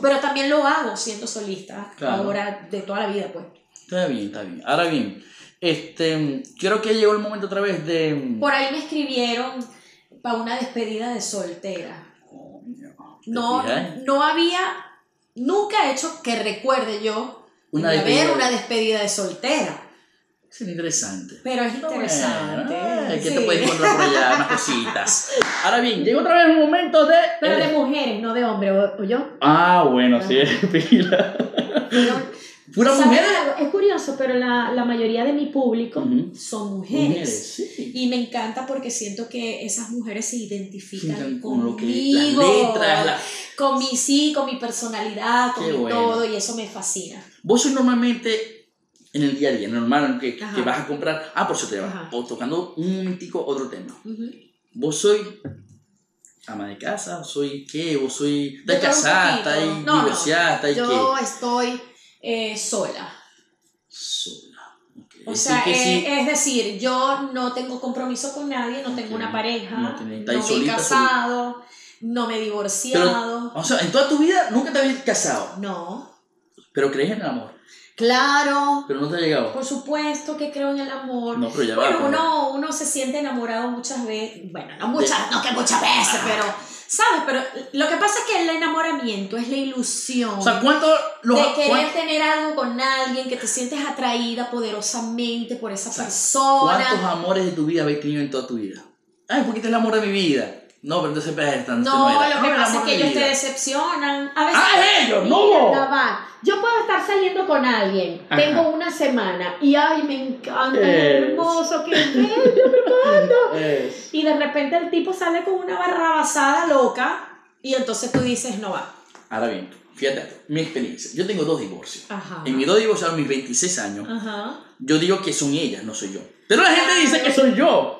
Speaker 2: Pero también lo hago siendo solista,
Speaker 1: Claro.
Speaker 2: ahora de toda la vida, pues.
Speaker 1: Está bien, está bien. Ahora bien, este, creo que llegó el momento otra vez de...
Speaker 2: Por ahí me escribieron para una despedida de soltera.
Speaker 1: Coño, ¿te
Speaker 2: No,
Speaker 1: fijas?
Speaker 2: no había, nunca he hecho que recuerde yo
Speaker 1: Una
Speaker 2: una haber
Speaker 1: despedida.
Speaker 2: una despedida de soltera.
Speaker 1: Es interesante.
Speaker 2: Pero es interesante.
Speaker 1: Bueno, que eh, te
Speaker 2: sí.
Speaker 1: puedes encontrar por allá unas cositas. Ahora bien, llegó otra vez un momento de...
Speaker 4: Pero de mujeres, no de hombres, ¿o, o yo?
Speaker 1: Ah, bueno, sí, pila.
Speaker 2: Pero
Speaker 1: Pura
Speaker 4: ¿Sabes
Speaker 1: mujer.
Speaker 4: algo? Es curioso, pero la, la mayoría de mi público
Speaker 1: Ujú.
Speaker 2: son mujeres.
Speaker 1: Mujeres, sí.
Speaker 2: Y me encanta porque siento que esas mujeres se identifican
Speaker 1: Con lo
Speaker 2: conmigo,
Speaker 1: que las letras, las-
Speaker 2: con mi sí, con mi personalidad, con
Speaker 1: Qué
Speaker 2: mi
Speaker 1: bueno.
Speaker 2: todo, y eso me fascina.
Speaker 1: Vos sos normalmente en el día a día, normal, que, que
Speaker 2: Ajá.
Speaker 1: vas a comprar. Ah, por eso te
Speaker 2: Ajá.
Speaker 1: vas. O tocando un momentico otro tema.
Speaker 2: Ujú.
Speaker 1: Vos soy ama de casa, soy qué, vos soy.
Speaker 2: De
Speaker 1: Estás
Speaker 2: todo un
Speaker 1: casada,
Speaker 2: poquito.
Speaker 1: estás
Speaker 2: No, no.
Speaker 1: divorciada, estás
Speaker 2: Yo
Speaker 1: qué.
Speaker 2: estoy eh, sola.
Speaker 1: Sola. ok.
Speaker 2: O
Speaker 1: Decir
Speaker 2: sea,
Speaker 1: que
Speaker 2: eh,
Speaker 1: sí.
Speaker 2: es, decir, yo no tengo compromiso con nadie, no tengo
Speaker 1: Ok.
Speaker 2: una pareja,
Speaker 1: No
Speaker 2: no,
Speaker 1: tenés-
Speaker 2: me
Speaker 1: estáis
Speaker 2: he
Speaker 1: solita,
Speaker 2: casado, no me he divorciado.
Speaker 1: O sea, en toda tu vida nunca te habías casado.
Speaker 2: no.
Speaker 1: Pero crees en el amor.
Speaker 2: Claro.
Speaker 1: Pero no te ha llegado.
Speaker 2: Por supuesto que creo en el amor.
Speaker 1: No, pero ya va.
Speaker 2: Bueno,
Speaker 1: pero-
Speaker 2: uno, uno se siente enamorado muchas veces. Bueno, no muchas, no que muchas veces, pero. ¿Sabes? Pero lo que pasa es que el enamoramiento es la ilusión.
Speaker 1: O sea, ¿cuánto los
Speaker 2: de querer
Speaker 1: cuán-
Speaker 2: tener algo con alguien, que te sientes atraída poderosamente por esa
Speaker 1: sea, ¿Cuántos
Speaker 2: persona.
Speaker 1: amores de tu vida habéis tenido en toda tu vida? Ay, porque este es el amor de mi vida. No, pero entonces pues, esta no,
Speaker 2: No,
Speaker 1: era.
Speaker 2: lo
Speaker 1: No,
Speaker 2: que
Speaker 1: el
Speaker 2: pasa es
Speaker 1: amor
Speaker 2: que
Speaker 1: de mi
Speaker 2: ellos te
Speaker 1: vida.
Speaker 2: decepcionan. A veces.
Speaker 1: ¡Ah, es ellos!
Speaker 4: Mierda,
Speaker 1: ¡No!
Speaker 4: va. Yo puedo estar saliendo con alguien,
Speaker 1: Ajá.
Speaker 4: tengo una semana y ay, me encanta, qué
Speaker 1: Es.
Speaker 4: hermoso, qué bello.
Speaker 1: Es.
Speaker 2: Y de repente el tipo sale con una barrabasada loca. Y entonces tú dices, no va.
Speaker 1: Ahora bien, fíjate, esto, mi experiencia. Yo tengo dos divorcios.
Speaker 2: Ajá.
Speaker 1: En mis dos divorcios a mis 26 años,
Speaker 2: Ajá.
Speaker 1: yo digo que son ellas, no soy yo. Pero la gente dice que soy yo.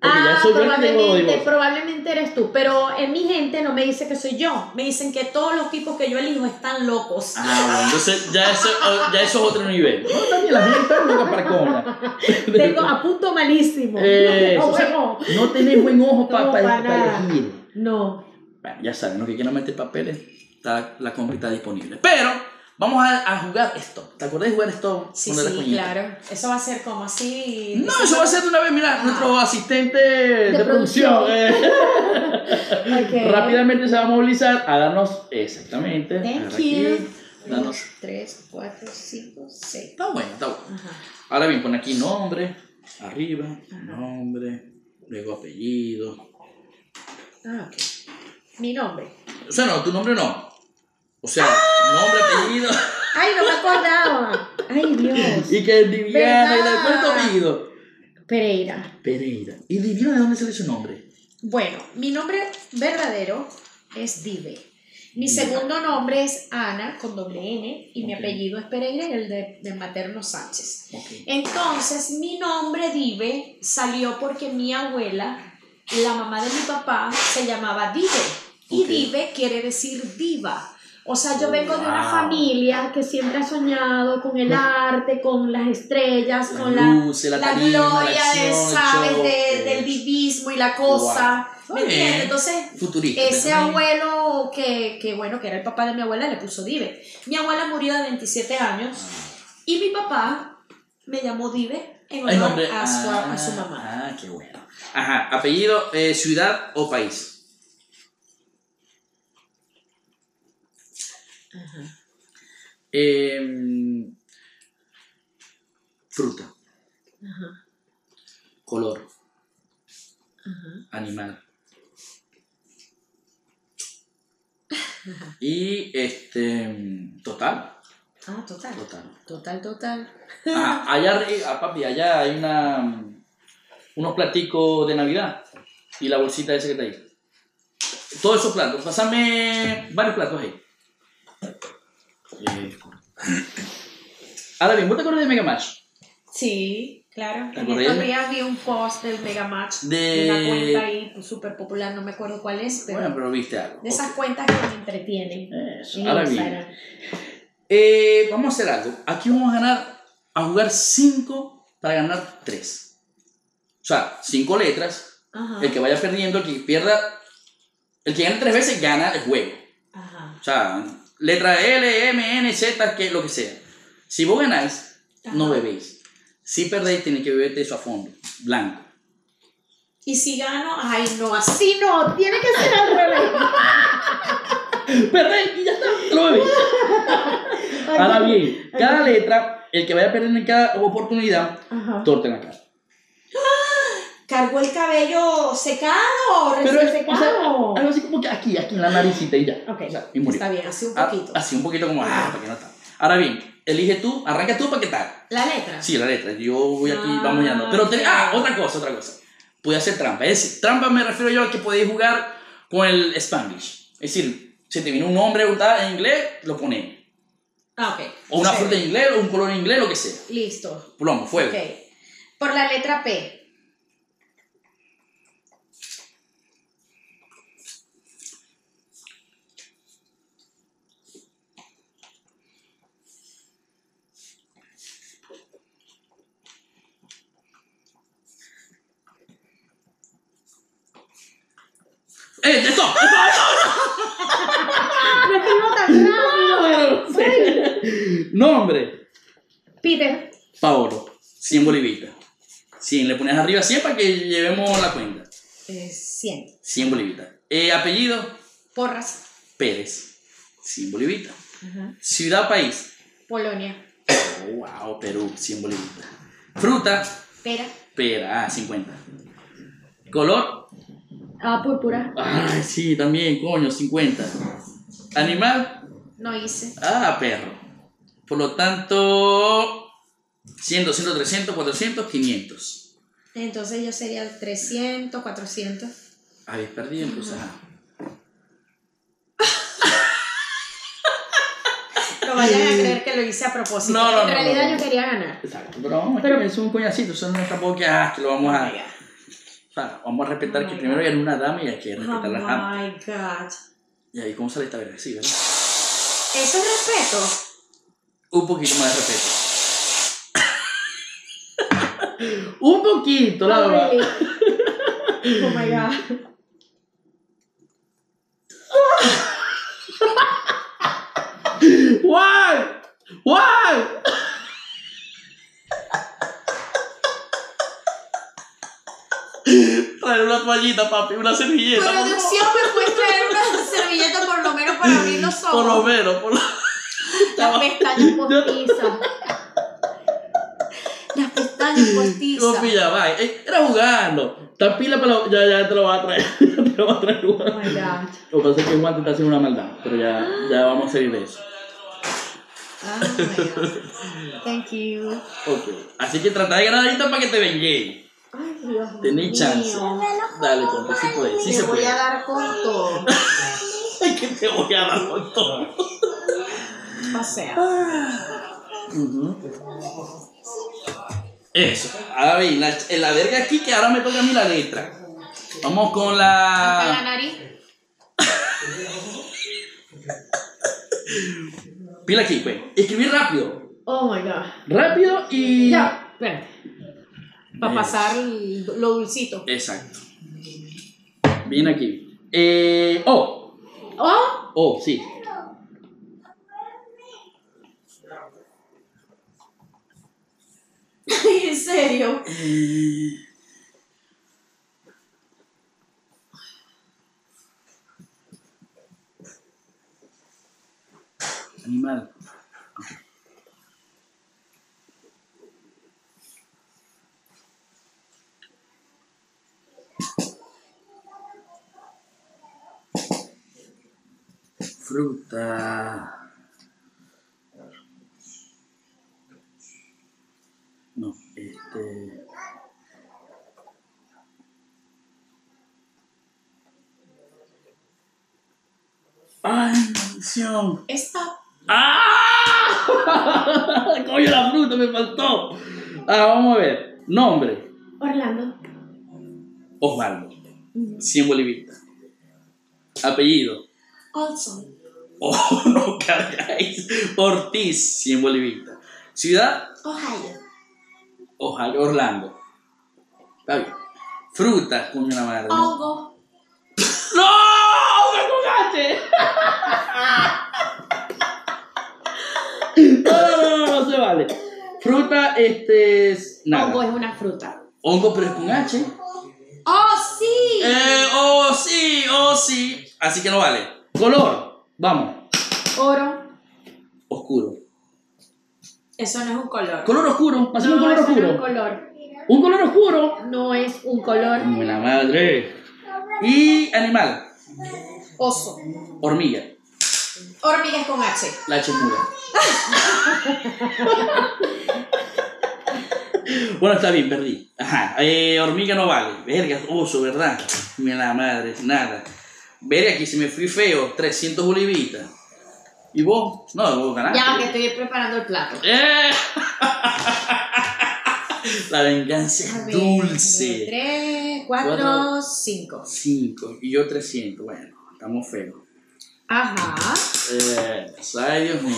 Speaker 1: Porque
Speaker 4: Ah,
Speaker 1: ya soy yo el que tengo dos
Speaker 4: probablemente,
Speaker 1: divorcios.
Speaker 4: probablemente eres tú, pero en mi gente no me dice que soy yo.
Speaker 2: Me dicen que todos los tipos que yo elijo están locos.
Speaker 1: Ah, bueno, entonces ya eso, ya eso es otro nivel. No, también la gente es loca para cola.
Speaker 4: Tengo a punto malísimo.
Speaker 1: Eh, Eso,
Speaker 4: no,
Speaker 1: o sea,
Speaker 4: bueno,
Speaker 1: No tenés buen ojo pa-
Speaker 4: No,
Speaker 1: pa-
Speaker 4: para
Speaker 1: para
Speaker 4: nada.
Speaker 1: elegir.
Speaker 4: no.
Speaker 1: Bueno, ya saben, los que quieran meter papeles, está, la compra está disponible. Pero vamos a, a jugar stop. ¿Te acordás de jugar stop?
Speaker 2: Sí,
Speaker 1: Cuando eras
Speaker 2: sí,
Speaker 1: coñita.
Speaker 2: claro. Eso va a ser como así.
Speaker 1: No, eso va a ser de una vez, mira,
Speaker 2: Ah.
Speaker 1: nuestro asistente de, producción. eh,
Speaker 4: Ok.
Speaker 1: rápidamente se va a movilizar a darnos exactamente. agarra
Speaker 2: Thank
Speaker 1: aquí,
Speaker 2: you.
Speaker 1: Darnos.
Speaker 2: 3, 4, 5, 6.
Speaker 1: Está bueno, está bueno.
Speaker 2: Ajá.
Speaker 1: Ahora bien, pon aquí nombre, arriba, nombre, luego apellido.
Speaker 2: Ah, ok. Mi nombre.
Speaker 1: O sea, no, tu nombre no. O sea,
Speaker 2: Ah.
Speaker 1: nombre, apellido.
Speaker 4: Ay, no me acordaba. Ay, Dios.
Speaker 1: Y que es Viviana y
Speaker 2: ¿Verdad?
Speaker 1: después tu apellido.
Speaker 4: Pereira.
Speaker 1: Pereira. ¿Y Divino de dónde sale su nombre?
Speaker 2: Bueno, mi nombre verdadero es Dive. Mi segundo nombre es Ana, con doble N, y mi
Speaker 1: Ok.
Speaker 2: apellido es Pereira, el de, del materno Sánchez.
Speaker 1: Ok.
Speaker 2: Entonces, mi nombre Dive salió porque mi abuela, la mamá de mi papá, se llamaba Dive. Y
Speaker 1: Ok. Oh,
Speaker 2: Dive quiere decir diva. O sea, yo vengo de una
Speaker 1: Wow.
Speaker 2: familia que siempre ha soñado con el arte, con las estrellas, con
Speaker 1: La
Speaker 2: la,
Speaker 1: luz, la,
Speaker 2: la
Speaker 1: tarima,
Speaker 2: gloria
Speaker 1: la acción,
Speaker 2: de,
Speaker 1: el
Speaker 2: ¿sabes?
Speaker 1: show,
Speaker 2: de-
Speaker 1: eh,
Speaker 2: del divismo y la cosa.
Speaker 1: Wow.
Speaker 2: ¿Me
Speaker 1: Está bien.
Speaker 2: entiendes? Entonces,
Speaker 1: Futurista.
Speaker 2: ese
Speaker 1: también.
Speaker 2: abuelo que, que, bueno, que era el papá de mi abuela, le puso Dive. Mi abuela murió de 27 años
Speaker 1: Ah.
Speaker 2: y mi papá me llamó Dive en
Speaker 1: El
Speaker 2: honor
Speaker 1: nombre.
Speaker 2: a su, a su
Speaker 1: ah,
Speaker 2: mamá.
Speaker 1: Ah, qué bueno. Ajá, apellido, eh, ciudad o país. Em, fruta. Color. Animal. Y este. em, Total.
Speaker 2: Ah, total.
Speaker 1: Total.
Speaker 2: Total, total.
Speaker 1: Ah, allá arriba, ah, papi, allá hay una unos platicos de Navidad y la bolsita esa que está ahí. Todos esos platos, pásame varios platos ahí. Eh, Ahora bien, ¿vos te acuerdas de Mega Match?
Speaker 2: Sí, claro.
Speaker 1: ¿Te
Speaker 2: En
Speaker 1: acordás?
Speaker 2: estos días vi un post del Megamatch
Speaker 1: De-
Speaker 2: de una cuenta ahí súper popular, no me acuerdo cuál es, pero
Speaker 1: Bueno, pero viste algo.
Speaker 2: de esas
Speaker 1: Ok.
Speaker 2: cuentas que me entretienen.
Speaker 1: Eso,
Speaker 2: en
Speaker 1: Ahora bien,
Speaker 2: Instagram.
Speaker 1: eh, vamos a hacer algo. Aquí vamos a ganar, a jugar 5 para ganar 3. O sea, 5 letras,
Speaker 2: Ajá.
Speaker 1: El que vaya perdiendo, el que pierda, el que gane tres veces gana el juego.
Speaker 2: Ajá.
Speaker 1: O sea, letra L, M, N, Z, que, lo que sea. Si vos ganáis, no
Speaker 2: Ajá.
Speaker 1: bebéis. Si perdéis, tenéis que beberte eso a fondo, blanco.
Speaker 2: Y si gano, ay no, así no, tiene que ser al revés.
Speaker 1: Perdéis y ya está, te lo bebéis.
Speaker 2: Ay,
Speaker 1: Ahora
Speaker 2: no.
Speaker 1: bien, cada letra, el que vaya perdiendo en cada oportunidad,
Speaker 2: Ajá.
Speaker 1: torta en la cara.
Speaker 5: Cargó el cabello secado,
Speaker 1: Pero
Speaker 5: recién
Speaker 1: es, o sea,
Speaker 5: secado.
Speaker 1: algo así como que aquí, aquí en la naricita y ya.
Speaker 2: Ok,
Speaker 1: O sea, y murió.
Speaker 2: Está bien, así un
Speaker 1: Ah,
Speaker 2: poquito.
Speaker 1: Así un poquito como, ah, para que no está. Ahora bien, elige tú, arranca tú para que tal.
Speaker 2: La letra.
Speaker 1: Sí, la letra. Yo voy aquí,
Speaker 2: Ah,
Speaker 1: vamos ya no. Pero te- ah,
Speaker 2: ok.
Speaker 1: otra cosa, otra cosa. Puede hacer trampa. Es decir, trampa me refiero yo a que podéis jugar con el Spanglish. Es decir, si te viene un nombre o tal en inglés, lo ponéis.
Speaker 2: Ah, ok.
Speaker 1: O una
Speaker 2: Chévere.
Speaker 1: fruta en inglés, o un color en inglés, lo que sea.
Speaker 2: Listo.
Speaker 1: Plomo, fuego. Eh,
Speaker 2: Ok. Por la letra P.
Speaker 1: ¡Eh, esto!
Speaker 2: No escribo tan rápido.
Speaker 1: Nombre.
Speaker 2: Peter.
Speaker 1: Paolo. 100 bolivitas. 100. Le pones arriba 100 para que llevemos la cuenta.
Speaker 2: Eh, 100.
Speaker 1: 100 bolivitas. Eh, apellido.
Speaker 2: Porras.
Speaker 1: Pérez. 100 bolivitas.
Speaker 2: Ajá.
Speaker 1: Ciudad, país.
Speaker 2: Polonia.
Speaker 1: Oh, wow, Perú, 100 bolivitas. Fruta,
Speaker 2: Pera.
Speaker 1: pera, ah, 50. Color,
Speaker 2: Ah, púrpura.
Speaker 1: ay, sí, también, coño, 50. Animal,
Speaker 2: No hice.
Speaker 1: ah, perro. Por lo tanto, 100, 200, 300, 400, 500.
Speaker 2: Entonces yo sería 300, 400.
Speaker 1: Habéis perdido, entonces, ah.
Speaker 2: No vayan a creer que lo hice a propósito.
Speaker 1: No, no,
Speaker 2: en
Speaker 1: no,
Speaker 2: realidad
Speaker 1: no, no.
Speaker 2: yo quería ganar.
Speaker 1: Exacto, pero vamos, pero es un coñacito, eso no es tampoco que, ah, que lo vamos a. O sea, vamos a respetar que primero era una dama y hay que
Speaker 5: Oh
Speaker 1: respetar a las damas.
Speaker 5: my God.
Speaker 1: Y ahí, ¿cómo sale esta verga? Sí, ¿verdad?
Speaker 2: Eso es respeto.
Speaker 1: Un poquito más de respeto. Un poquito, la verdad.
Speaker 2: Ay. Oh my god.
Speaker 1: ¡Guay! ¡Guay! Traer una toallita, papi, una servilleta. por favor.
Speaker 2: Producción me puede traer una servilleta por lo menos para abrir los ojos.
Speaker 1: Por lo menos, por lo
Speaker 2: Las pestañas postizas. Las pestañas postizas.
Speaker 1: Papi, ya va. eh, Era jugando. Está pila, pero ya, ya te lo va a traer. te lo va a traer
Speaker 2: Oh
Speaker 1: Juan.
Speaker 2: my god.
Speaker 1: Lo que pasa es que Juan te está haciendo una maldad, pero ya, ya vamos a salir de eso.
Speaker 2: Oh my god. Thank you.
Speaker 1: Ok. Así que trata de ganar ahorita para que te venguéis.
Speaker 2: Ay, Dios
Speaker 1: Tenéis chance.
Speaker 2: mío.
Speaker 1: Dale, compa, sí puede, sí
Speaker 2: Te
Speaker 1: se
Speaker 2: voy
Speaker 1: puede.
Speaker 2: a dar con todo.
Speaker 1: Ay, que te voy a dar con todo.
Speaker 2: O sea.
Speaker 1: Eso. Ahora bien, la, la verga aquí que ahora me toca a mí la letra. Vamos con
Speaker 2: Hasta la
Speaker 1: la.
Speaker 2: nariz.
Speaker 1: Pila aquí, pues. Escribir rápido.
Speaker 4: Oh my god.
Speaker 1: Rápido y.
Speaker 4: Ya,
Speaker 2: Espérate. Para pasar el- lo dulcito.
Speaker 1: Exacto. Bien aquí. Eh, oh,
Speaker 4: Oh,
Speaker 1: oh, sí.
Speaker 4: en serio.
Speaker 1: Animal. Fruta. No, este. ¡Ay, maldición!
Speaker 2: Esta.
Speaker 1: ¡Ah! Coño, la fruta me faltó. Ah, vamos a ver. Nombre:
Speaker 4: Orlando.
Speaker 1: Osvaldo.
Speaker 2: Mm.
Speaker 1: 100 bolivistas. Apellido:
Speaker 2: Olson.
Speaker 1: Oh, no cargáis. Ortiz, 100 bolivistas. Ciudad:
Speaker 2: Ohio.
Speaker 1: Ohio, Orlando. Está bien. Fruta, coño, la madre. ¿no?
Speaker 2: Hongo.
Speaker 1: ¡No! ¡Me Ah, jugaste! No, no, no, no se vale. Fruta, este. es-
Speaker 2: Hongo
Speaker 1: Nada.
Speaker 2: es una fruta.
Speaker 1: Hongo, pero es con H.
Speaker 2: ¡Oh, sí!
Speaker 1: Eh, oh, sí, oh, sí. Así que no vale. Color, vamos.
Speaker 2: Oro.
Speaker 1: Oscuro.
Speaker 2: Eso no es un color.
Speaker 1: Color oscuro, pasemos un color
Speaker 2: eso no es un
Speaker 1: oscuro.
Speaker 2: color.
Speaker 1: Un color oscuro.
Speaker 2: No es un color.
Speaker 1: Buena madre. Y animal,
Speaker 2: Oso.
Speaker 1: hormiga,
Speaker 2: Hormigas con H.
Speaker 1: la chemuda. bueno, está bien, perdí. Ajá, eh, hormiga no vale. Verga, oso, ¿verdad? Mira la madre, nada. Verga, aquí si me fui feo, 300 bolivitas. ¿Y vos? No, vos ganaste.
Speaker 2: Ya, que estoy preparando el plato.
Speaker 1: ¡Eh! La venganza es dulce.
Speaker 2: 3,
Speaker 1: Cuatro.
Speaker 2: 4, 5.
Speaker 1: 5 y yo 300. Bueno, estamos feos.
Speaker 2: Ajá.
Speaker 1: Eh, ay, Dios mío.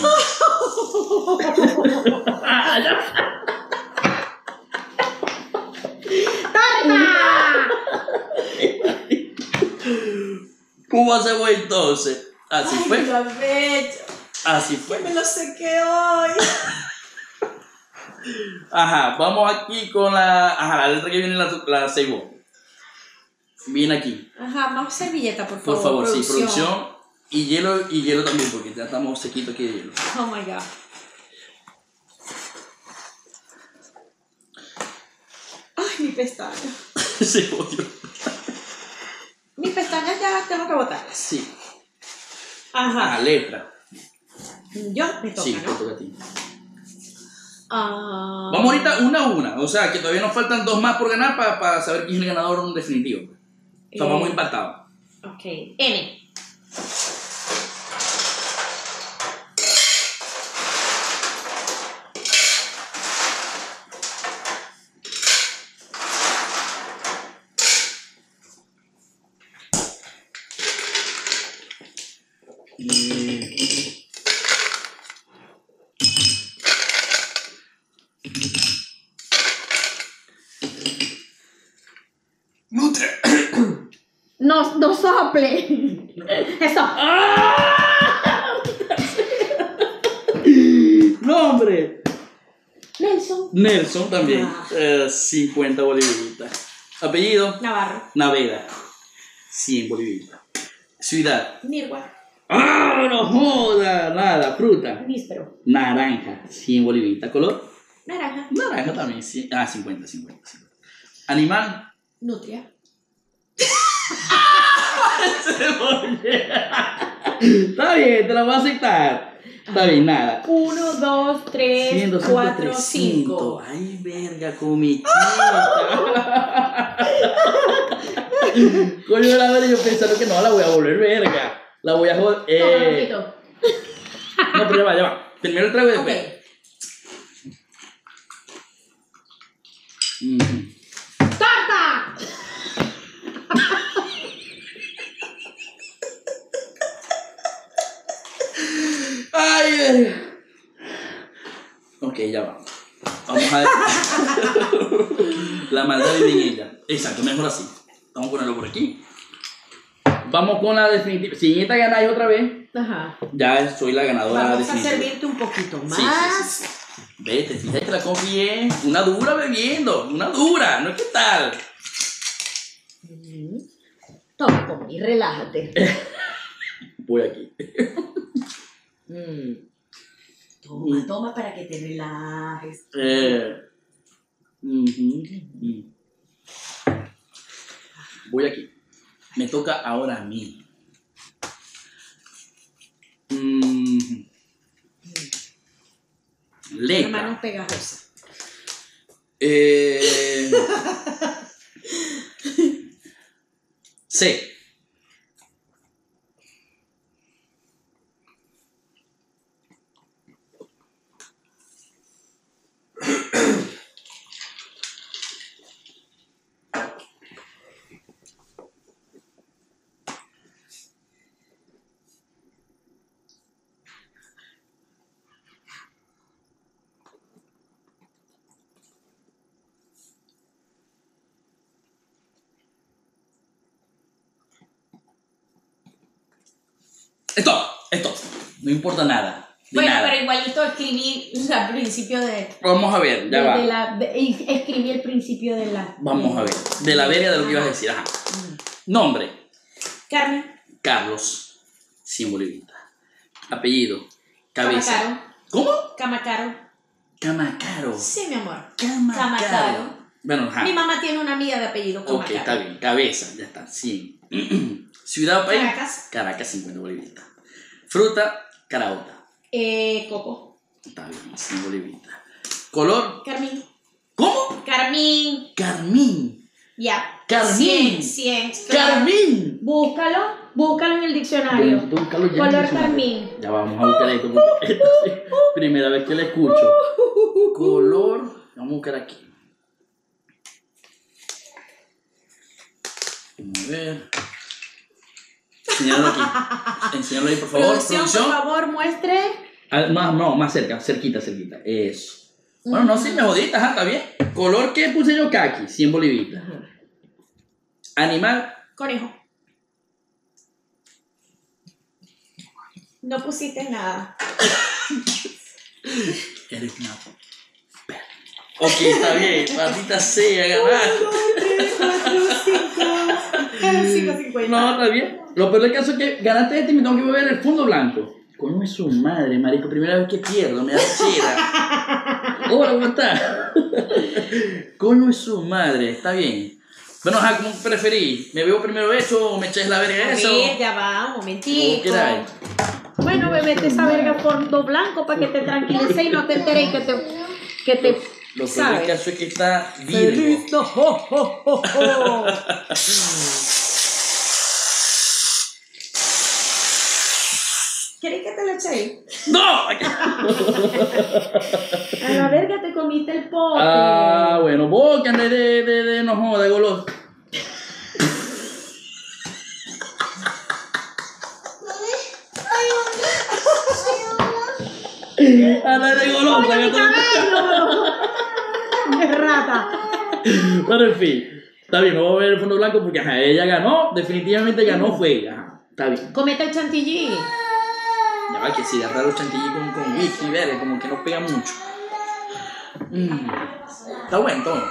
Speaker 1: ¿Cómo hacemos entonces? Así fue.
Speaker 2: lo bello.
Speaker 1: Así fue.
Speaker 2: lo sequé hoy.
Speaker 1: Ajá, vamos aquí con la. Ajá, la letra que viene la, la ceibo. Viene aquí.
Speaker 2: Ajá, más servilleta, por favor.
Speaker 1: Por favor, sí, producción. Y hielo, y hielo también, porque ya estamos sequitos aquí de hielo.
Speaker 2: Oh my god. Ay, mi pestaña.
Speaker 1: Cebollo.
Speaker 2: Mis pestañas ya tengo que botarlas.
Speaker 1: Sí. Ah,
Speaker 2: Ajá.
Speaker 1: La letra.
Speaker 2: Yo me toca,
Speaker 1: Sí, te
Speaker 2: ¿no?
Speaker 1: toca a ti.
Speaker 2: Ah.
Speaker 1: Vamos ahorita una a una. O sea, que todavía nos faltan dos más por ganar para, saber quién es el ganador definitivo. O sea,
Speaker 2: Eh.
Speaker 1: vamos empatados.
Speaker 2: Ok. N.
Speaker 1: Nutre.
Speaker 4: No, no sople. Eso.
Speaker 1: Nombre.
Speaker 4: Nelson.
Speaker 1: Nelson también. Eh, 50 bolivitas. Apellido.
Speaker 2: Navarro.
Speaker 1: Naveda. 100 bolivitas. Ciudad.
Speaker 2: Nirwa.
Speaker 1: ¡Ah! No joda. Nada. Fruta.
Speaker 4: Víspero.
Speaker 1: Naranja. 100 bolivitas. Color.
Speaker 2: Naranja.
Speaker 1: Naranja también. cien- Ah, 50, 50, 50. Animal.
Speaker 2: Nutria.
Speaker 1: Está bien, te la voy a aceptar. Está bien, nada.
Speaker 2: 1, 2, 3,
Speaker 1: 100, 200,
Speaker 2: 4,
Speaker 1: 300.
Speaker 2: 5.
Speaker 1: Ay, verga, comiquita. Coño, la verga, yo pensando que no la voy a volver verga. La voy a joder. Eh, no, pero ya va, ya va. Primero el trago y
Speaker 2: Ok.
Speaker 1: después. Mm.
Speaker 4: ¡Torta!
Speaker 1: Ay, verga. Ok, ya va. Vamos a ver. la maldad vive en ella. Exacto, mejor así. Vamos a ponerlo por aquí. Vamos con la definitiva. Si esta ganáis otra vez,
Speaker 4: Ajá.
Speaker 1: ya soy la ganadora
Speaker 2: Vamos a
Speaker 1: definitiva.
Speaker 2: servirte un poquito
Speaker 1: Sí,
Speaker 2: más.
Speaker 1: sí, sí, Vete, fíjate que la coffee es una dura bebiendo. Una dura, ¿no es que tal?
Speaker 2: Mm.
Speaker 4: Toma, come y relájate.
Speaker 1: Voy aquí.
Speaker 4: Mm.
Speaker 1: Mm.
Speaker 2: Toma, toma para que te relajes.
Speaker 1: Eh, ujú, ujú. Voy aquí. Me toca ahora a mí. Mm.
Speaker 2: Hermanos
Speaker 1: Letra.
Speaker 2: pegajosas.
Speaker 1: Eh, C. Stop. Stop. No importa nada. De
Speaker 2: Bueno,
Speaker 1: nada.
Speaker 2: pero igualito escribí al principio de.
Speaker 1: Vamos a ver, ya
Speaker 2: de-
Speaker 1: va.
Speaker 2: de la- de- y escribí el principio de la. Mm.
Speaker 1: Vamos a ver. De la verga de lo que ibas a decir. Ajá. Nombre.
Speaker 2: Carmen.
Speaker 1: Carlos símbolo y vida. Apellido, cabeza.
Speaker 2: Camacaro.
Speaker 1: ¿Cómo?
Speaker 2: Camacaro.
Speaker 1: Camacaro.
Speaker 2: Sí, mi amor.
Speaker 1: Camacaro.
Speaker 2: Camacaro.
Speaker 1: Bueno, ajá.
Speaker 2: Mi mamá tiene una amiga de apellido
Speaker 1: Ok,
Speaker 2: Camacaro.
Speaker 1: está bien. Cabeza, ya está. 100. Ciudad o país.
Speaker 2: Caracas.
Speaker 1: Caracas, 50 bolivitas. Fruta, caraota.
Speaker 2: Eh, Coco.
Speaker 1: Está bien, 100 bolivitas. Color,
Speaker 2: Carmín.
Speaker 1: ¿cómo?
Speaker 2: Carmín.
Speaker 1: Carmín.
Speaker 2: Ya.
Speaker 1: Carmín.
Speaker 2: 100, 100.
Speaker 1: Carmín.
Speaker 4: Búscalo, búscalo en el diccionario.
Speaker 1: Bueno, búscalo ya en el
Speaker 4: Color
Speaker 1: diccionario.
Speaker 4: carmín.
Speaker 1: Ya vamos a buscar esto porque esto sí, primera vez que le escucho. Color, vamos a buscar aquí. Vamos a ver. Enseñalo aquí. Enseñalo ahí, por favor.
Speaker 2: Producción, por favor, muestre.
Speaker 1: Ah, más, no, más cerca, cerquita, cerquita. Eso. Bueno, no, sí, me jodiste, ajá, está bien. Color que puse yo, kaki, 100 bolivitas. Animal,
Speaker 2: Conejo. No pusiste nada.
Speaker 1: Ah. Eres una perra. Ok, está bien. Maldita sea, ganar. Pues No, está bien. Lo peor del caso es que ganaste este y me tengo que beber el fondo blanco. Coño, es su madre, marico. Primera vez que pierdo, me da chida. Hola, ¿cómo estás? Coño, es su madre. Está bien. Bueno, ajá, ¿cómo preferís? ¿Me veo primero hecho o me echáis la verga
Speaker 2: A
Speaker 1: eso?
Speaker 2: ver, ya va, un
Speaker 1: ¿Cómo
Speaker 2: momentito.
Speaker 1: queráis?
Speaker 4: Bueno, bebete esa verga fondo blanco para que te tranquilice y no te enteres y que te. Que te
Speaker 1: Lo peor del
Speaker 4: ¿sabes?
Speaker 1: caso es que está virgo.
Speaker 2: Oh. ¿Queréis que te lo eche ahí?
Speaker 1: ¡No!
Speaker 4: A la verga te comiste el pote.
Speaker 1: Ah, bueno, vos que andes de, de, de, no joda, goloso. Andas de goloso, que te-
Speaker 4: Rata.
Speaker 1: Pero en fin, está bien, no vamos a ver el fondo blanco porque ajá, ella ganó, definitivamente ganó, fue ella. ajá, Está bien.
Speaker 4: Comete el chantilly.
Speaker 1: Ya va que si de raro chantilly con, con whisky, verga, como que no pega mucho. Mm, Está bueno, está bueno.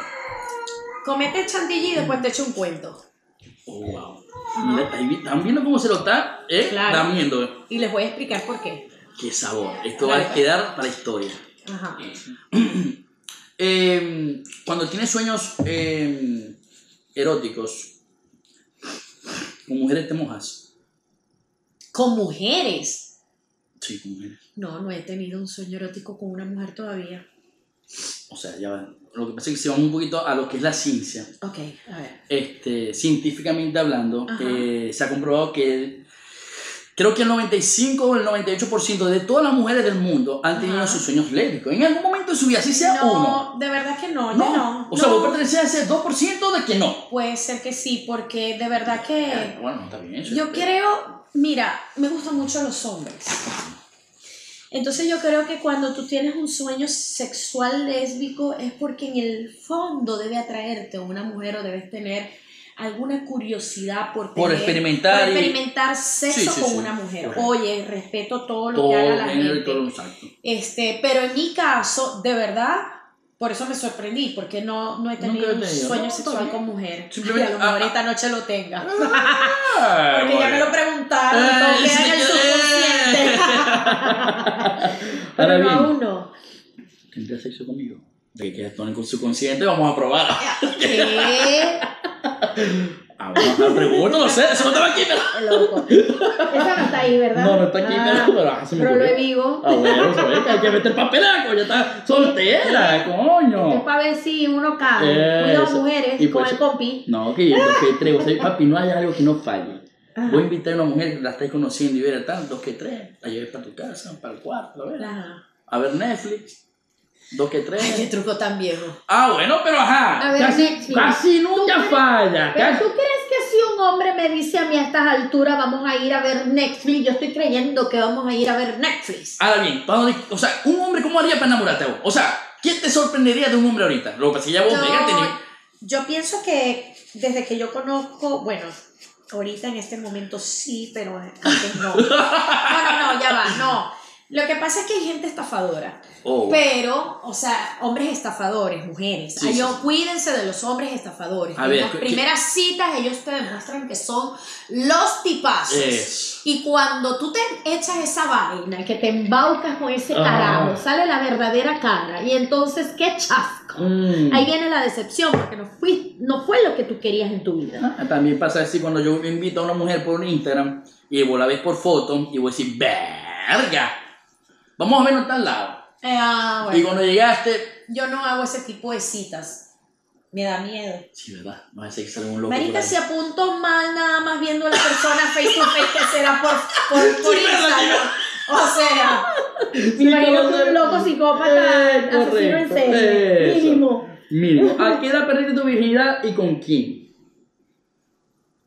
Speaker 2: Comete el chantilly y después te echo un cuento.
Speaker 1: Oh, wow. Mira, ahí vi- ¿Están viendo cómo se lo está? ¿Eh?
Speaker 2: Claro.
Speaker 1: Lamiendo, eh.
Speaker 2: Y les voy a explicar por qué.
Speaker 1: Qué sabor. Esto va a quedar para la historia.
Speaker 2: Ajá.
Speaker 1: Eh, cuando tienes sueños eh, eróticos, con mujeres te mojas.
Speaker 2: Con mujeres.
Speaker 1: Sí, con mujeres.
Speaker 2: No, no he tenido un sueño erótico con una mujer todavía.
Speaker 1: O sea, ya va. Lo que pasa es que si vamos un poquito a lo que es la ciencia,
Speaker 2: Ok, a ver.
Speaker 1: este, científicamente hablando,
Speaker 2: Ajá.
Speaker 1: eh, se ha comprobado que, Creo que el 95 o el 98% de todas las mujeres del mundo han tenido
Speaker 2: Ajá.
Speaker 1: sus sueños lésbicos. En algún momento de su vida, así sea uno.
Speaker 2: No, de verdad que no, yo
Speaker 1: No.
Speaker 2: no.
Speaker 1: O sea,
Speaker 2: no.
Speaker 1: vos pertenecés a ese 2% de que no. Eh,
Speaker 2: Puede ser que sí, porque de verdad que
Speaker 1: bueno, no está bien eso.
Speaker 2: Eh, yo creo, mira, me gustan mucho los hombres. Entonces yo creo que cuando tú tienes un sueño sexual lésbico es porque en el fondo debe atraerte una mujer o debes tener alguna curiosidad por,
Speaker 1: Por
Speaker 2: tener-
Speaker 1: experimentar
Speaker 2: por
Speaker 1: y-
Speaker 2: experimentar sexo
Speaker 1: Sí, sí,
Speaker 2: con
Speaker 1: sí,
Speaker 2: una mujer.
Speaker 1: correcto.
Speaker 2: Oye, respeto todo lo
Speaker 1: Todo
Speaker 2: que haga la
Speaker 1: género y
Speaker 2: gente.
Speaker 1: todo lo exacto.
Speaker 2: Este, pero en mi caso, de verdad, por eso me sorprendí, porque no, no he
Speaker 1: Nunca
Speaker 2: tenido
Speaker 1: he
Speaker 2: un
Speaker 1: tenido.
Speaker 2: sueño
Speaker 1: No, está
Speaker 2: sexual
Speaker 1: bien.
Speaker 2: con mujer.
Speaker 1: Simplemente-
Speaker 2: Y a lo mejor
Speaker 1: ah,
Speaker 2: esta noche lo tenga.
Speaker 1: Ah,
Speaker 2: Porque ya
Speaker 1: bueno.
Speaker 2: me lo preguntaron,
Speaker 1: Eh,
Speaker 2: todo queda
Speaker 1: sí,
Speaker 2: en el
Speaker 1: eh.
Speaker 2: subconsciente.
Speaker 1: Ahora
Speaker 2: Pero no,
Speaker 1: bien.
Speaker 2: aún no.
Speaker 1: ¿Tendrías sexo conmigo? De que con el subconsciente vamos a probar.
Speaker 2: ¿Qué?
Speaker 1: Ah, bueno, la pregunta, no sé, eso no estaba aquí, pero.
Speaker 2: Loco. Esa no está ahí, ¿verdad?
Speaker 1: No, no está aquí,
Speaker 2: Ah,
Speaker 1: pero, pero ah, se me
Speaker 2: pero lo
Speaker 1: ocurrió.
Speaker 2: he vivo.
Speaker 1: Ah, bueno, sabes que hay que meter papelaco, ya está soltera,
Speaker 4: Es
Speaker 1: coño.
Speaker 4: para ver si uno cabe.
Speaker 1: Ah, Eso.
Speaker 4: Cuidado, mujeres,
Speaker 1: Y
Speaker 4: con
Speaker 1: pues-
Speaker 4: el compi.
Speaker 1: No, que dos que tres, o sea, papi, no hay algo que no falle. Voy a invitar a una mujer que la estáis conociendo y ver tal, dos que tres, la lleves para tu casa, para el cuarto, a ver.
Speaker 2: Ajá.
Speaker 1: A ver Netflix, dos que
Speaker 2: Ay, qué
Speaker 1: tres.
Speaker 2: truco tan viejo.
Speaker 1: Ah, bueno, pero ajá,
Speaker 4: A ver,
Speaker 1: casi,
Speaker 4: Netflix.
Speaker 1: casi nunca
Speaker 4: crees-
Speaker 1: falla.
Speaker 4: Pero
Speaker 1: casi-
Speaker 4: tú crees que si un hombre me dice a mí a estas alturas vamos a ir a ver Netflix, yo estoy creyendo que vamos a ir a ver Netflix.
Speaker 1: Ahora bien, ¿para dónde- o sea, un hombre, ¿cómo haría para enamorarte a vos? O sea, ¿quién te sorprendería de un hombre ahorita? Lo que pasa es que ya vos
Speaker 2: No,
Speaker 1: llegaste ni-
Speaker 2: Yo pienso que desde que yo conozco, bueno, ahorita en este momento sí, pero antes no. No, no, no, ya va, no. Lo que pasa es que hay gente estafadora,
Speaker 1: Oh.
Speaker 2: pero, o sea, hombres estafadores, mujeres.
Speaker 1: Sí,
Speaker 2: Ay,
Speaker 1: sí,
Speaker 2: yo-
Speaker 1: sí.
Speaker 2: Cuídense de los hombres estafadores.
Speaker 1: A
Speaker 2: en
Speaker 1: ver,
Speaker 2: las
Speaker 1: ¿qué-
Speaker 2: primeras citas ellos te demuestran que son los tipazos.
Speaker 1: Eso.
Speaker 2: Y cuando tú te echas esa vaina,
Speaker 4: Vaina, que te embaucas con ese
Speaker 1: Ah.
Speaker 4: carajo, sale la verdadera cara y entonces qué chasco.
Speaker 1: Mm.
Speaker 4: Ahí viene la decepción porque no, fui, no fue lo que tú querías en tu vida.
Speaker 1: Ah, También pasa así cuando yo invito a una mujer por Instagram y vos la ves por foto y vos decís, verga, vamos a vernos en tal lado.
Speaker 2: eh, ah, bueno,
Speaker 1: Y cuando llegaste,
Speaker 2: yo no hago ese tipo de citas. Me da miedo.
Speaker 1: sí, verdad, no sé si sale un loco. por
Speaker 2: Marica,
Speaker 1: ahí.
Speaker 2: si apunto mal nada más viendo a la persona face to face que será por, por, por
Speaker 1: Sí, verdad,
Speaker 2: Instagram. O sea,
Speaker 1: Sí,
Speaker 4: Me imagino
Speaker 1: como
Speaker 4: que
Speaker 1: se-
Speaker 4: un loco psicópata
Speaker 1: Eh,
Speaker 4: asesino en
Speaker 1: correcto,
Speaker 4: serie.
Speaker 1: eso.
Speaker 4: Mínimo.
Speaker 1: Mínimo. ¿A qué edad perdiste tu virginidad y con quién?